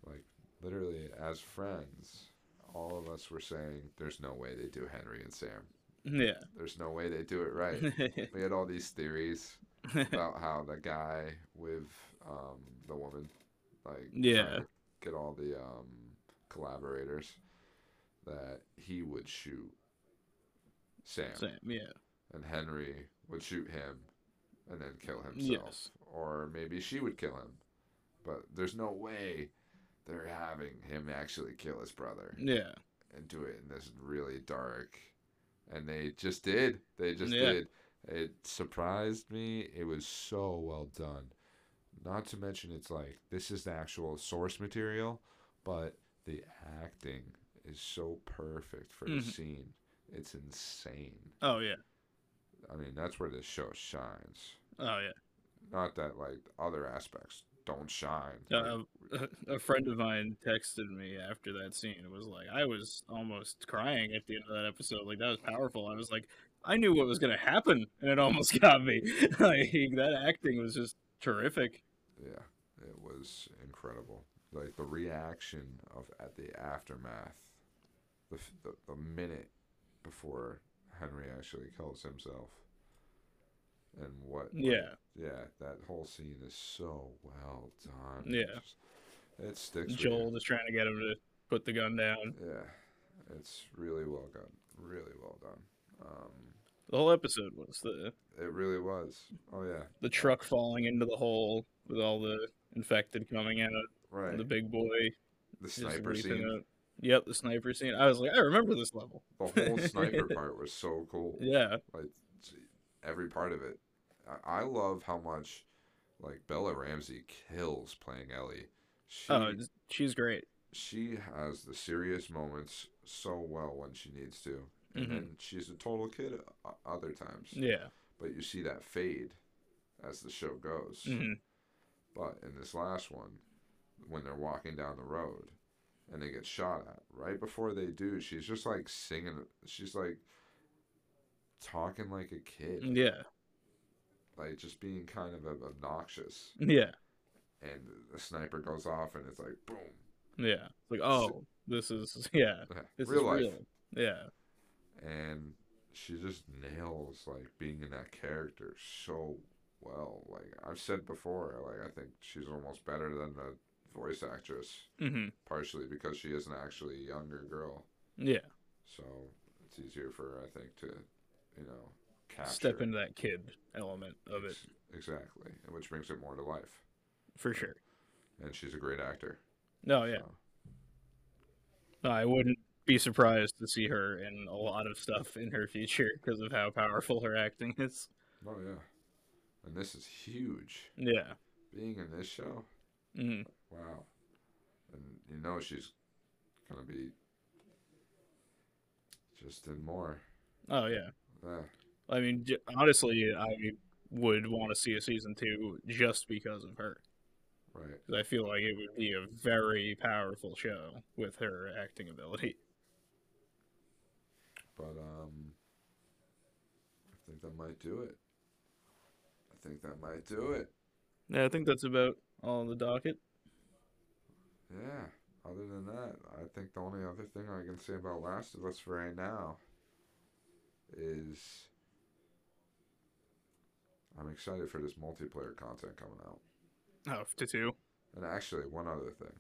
A: like, literally, as friends, all of us were saying, there's no way they do Henry and Sam.
C: yeah.
A: There's no way they do it right. we had all these theories about how the guy with um, the woman, like, trying
C: Yeah.
A: to get all the um, collaborators, that he would shoot
C: Sam, yeah.
A: and Henry would shoot him and then kill himself.
C: Yes.
A: Or maybe she would kill him. But there's no way they're having him actually kill his brother
C: Yeah.
A: and do it in this really dark. And they just did. They just
C: Yeah.
A: did. It surprised me. It was so well done. Not to mention, it's like this is the actual source material, but the acting is so perfect for the
C: Mhm.
A: scene. It's insane.
C: Oh yeah.
A: I mean, that's where this show shines.
C: Oh yeah.
A: Not that like other aspects don't shine.
C: Uh, a friend of mine texted me after that scene and was like i was almost crying at the end of that episode like that was powerful i was like i knew what was going to happen and it almost got me like that acting was just terrific
A: yeah, it was incredible. Like the reaction of at the aftermath, the f- the, the minute before Henry actually kills himself, and what? like,
C: yeah
A: yeah. That whole scene is so well done.
C: Yeah.
A: Just- it sticks. with you.
C: joel just trying to get him to put the gun down
A: Yeah, it's really well done. Really well done. Um,
C: the whole episode was the
A: It really was. Oh yeah,
C: the truck falling into the hole with all the infected coming out
A: right.
C: the
A: The,
C: big boy just
A: sniper
C: leaping
A: scene,
C: out. yep the sniper scene i was like i remember this level
A: the whole sniper part was so cool.
C: yeah
A: Like s- every part of it. I, I love how much like Bella Ramsey kills playing Ellie. She
C: oh it's- she's great
A: she has the serious moments so well when she needs to, and
C: Mhm.
A: then she's a total kid o- other times.
C: yeah
A: But you see that fade as the show goes.
C: hmm
A: But in this last one, when they're walking down the road and they get shot at, right before they do, she's just like singing. She's like talking like a kid,
C: Yeah,
A: like just being kind of ob- obnoxious.
C: yeah,
A: And the sniper goes off and it's like, boom.
C: yeah. It's like, oh, this is yeah, this
A: real
C: is
A: life.
C: real. Yeah,
A: And she just nails like being in that character so well. Like I've said before, like I think she's almost better than the voice actress,
C: hmm
A: partially because she isn't actually a younger girl.
C: yeah,
A: So it's easier for I think to, you know, capture.
C: step into that kid element of it
A: Ex- Exactly, and which brings it more to life.
C: for sure.
A: And she's a great actor.
C: No, Oh, yeah,
A: so.
C: no, I wouldn't be surprised to see her in a lot of stuff in her future because of how powerful her acting is.
A: Oh yeah, and this is huge.
C: Yeah,
A: Being in this show,
C: mm,
A: wow. And you know she's gonna be just in more.
C: oh yeah.
A: Yeah.
C: I mean, j- honestly, I would want to see a season two just because of her.
A: Right.
C: 'Cause I feel like it would be a very powerful show with her acting ability.
A: But um, I think that might do it. I think that might do it.
C: Yeah, I think that's about all on the docket.
A: Yeah. Other than that, I think the only other thing I can say about Last of Us for right now is I'm excited for this multiplayer content coming out.
C: Oh, to two.
A: And actually, one other thing.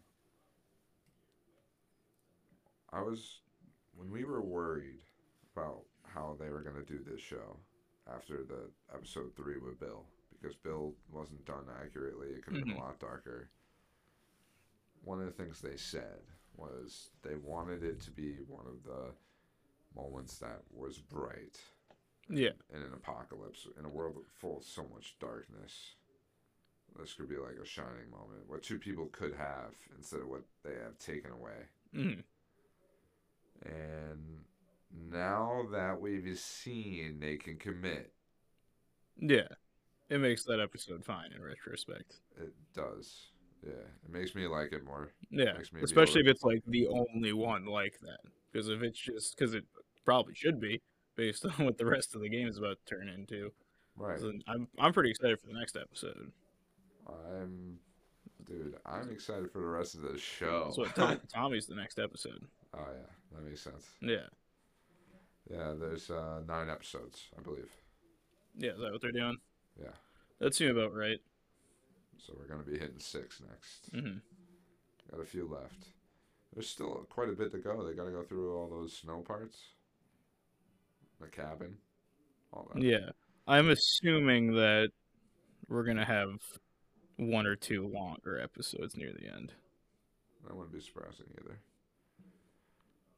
A: I was, when we were worried about how they were going to do this show after the episode three with Bill, because Bill wasn't done accurately, it could have been a lot darker. One of the things they said was they wanted it to be one of the moments that was bright
C: Yeah.
A: in an apocalypse, in a world full of so much darkness, this could be like a shining moment. What two people could have instead of what they have taken away.
C: Mhm.
A: And now that we've seen they can commit,
C: Yeah. It makes that episode fine in retrospect.
A: it does. Yeah, it makes me like it more.
C: Yeah.
A: Makes me be
C: Especially if
A: able
C: it's like the only one like that. Because if it's just, because it probably should be based on what the rest of the game is about to turn into.
A: Right.
C: So I'm, I'm pretty excited for the next episode.
A: I'm, dude, I'm excited for the rest of the show.
C: So Tom, Tommy's the next episode.
A: oh, yeah, that makes sense.
C: Yeah.
A: Yeah, there's uh, nine episodes, I believe.
C: Yeah, is that what they're doing?
A: Yeah.
C: That seemed about right.
A: So we're going to be hitting six next.
C: hmm
A: Got a few left. There's still quite a bit to go. They got to go through all those snow parts, the cabin, all that.
C: Yeah. I'm assuming that we're going to have one or two longer episodes near the end.
A: That wouldn't be surprising either.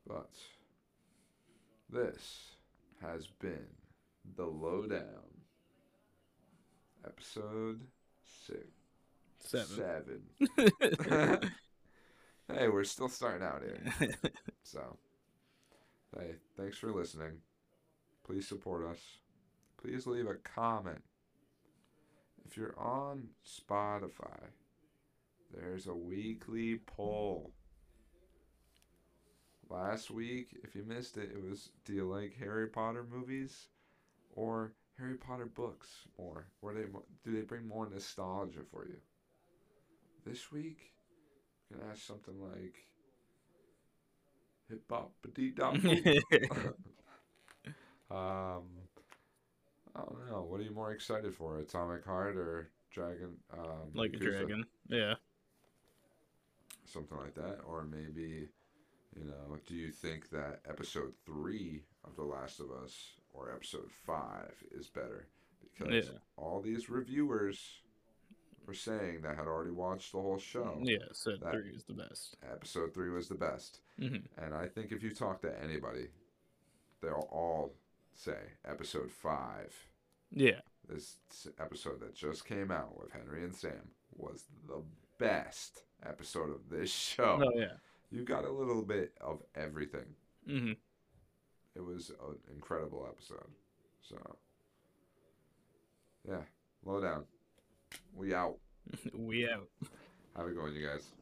A: But this has been the lowdown, episode six,
C: Seven.
A: seven. hey, we're still starting out here. So, hey, thanks for listening. Please support us. Please leave a comment. If you're on Spotify, there's a weekly poll. Last week, if you missed it, it was do you like Harry Potter movies or Harry Potter books more? Were they mo- do they bring more nostalgia for you? This week, I'm gonna ask something like hip hop, dee dop. Um, I don't know. What are you more excited for, Atomic Heart or Dragon? Um,
C: like a
A: Yakuza?
C: dragon. Yeah.
A: something like that, or maybe, you know, do you think that episode three of The Last of Us or episode five is better? Because
C: Yeah.
A: all these reviewers were saying that had already watched the whole show.
C: Mm-hmm. Yeah, set
A: that-
C: three is the best.
A: Episode three was the best,
C: hmm
A: and I think if you talk to anybody, they'll all say episode five.
C: Yeah.
A: This s- episode that just came out with Henry and Sam was the best episode of this show.
C: Oh, yeah.
A: You got a little bit of everything.
C: hmm
A: It was an incredible episode. So, yeah, lowdown. We out.
C: We out.
A: Have a good one, you guys.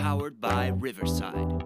B: Powered by Riverside.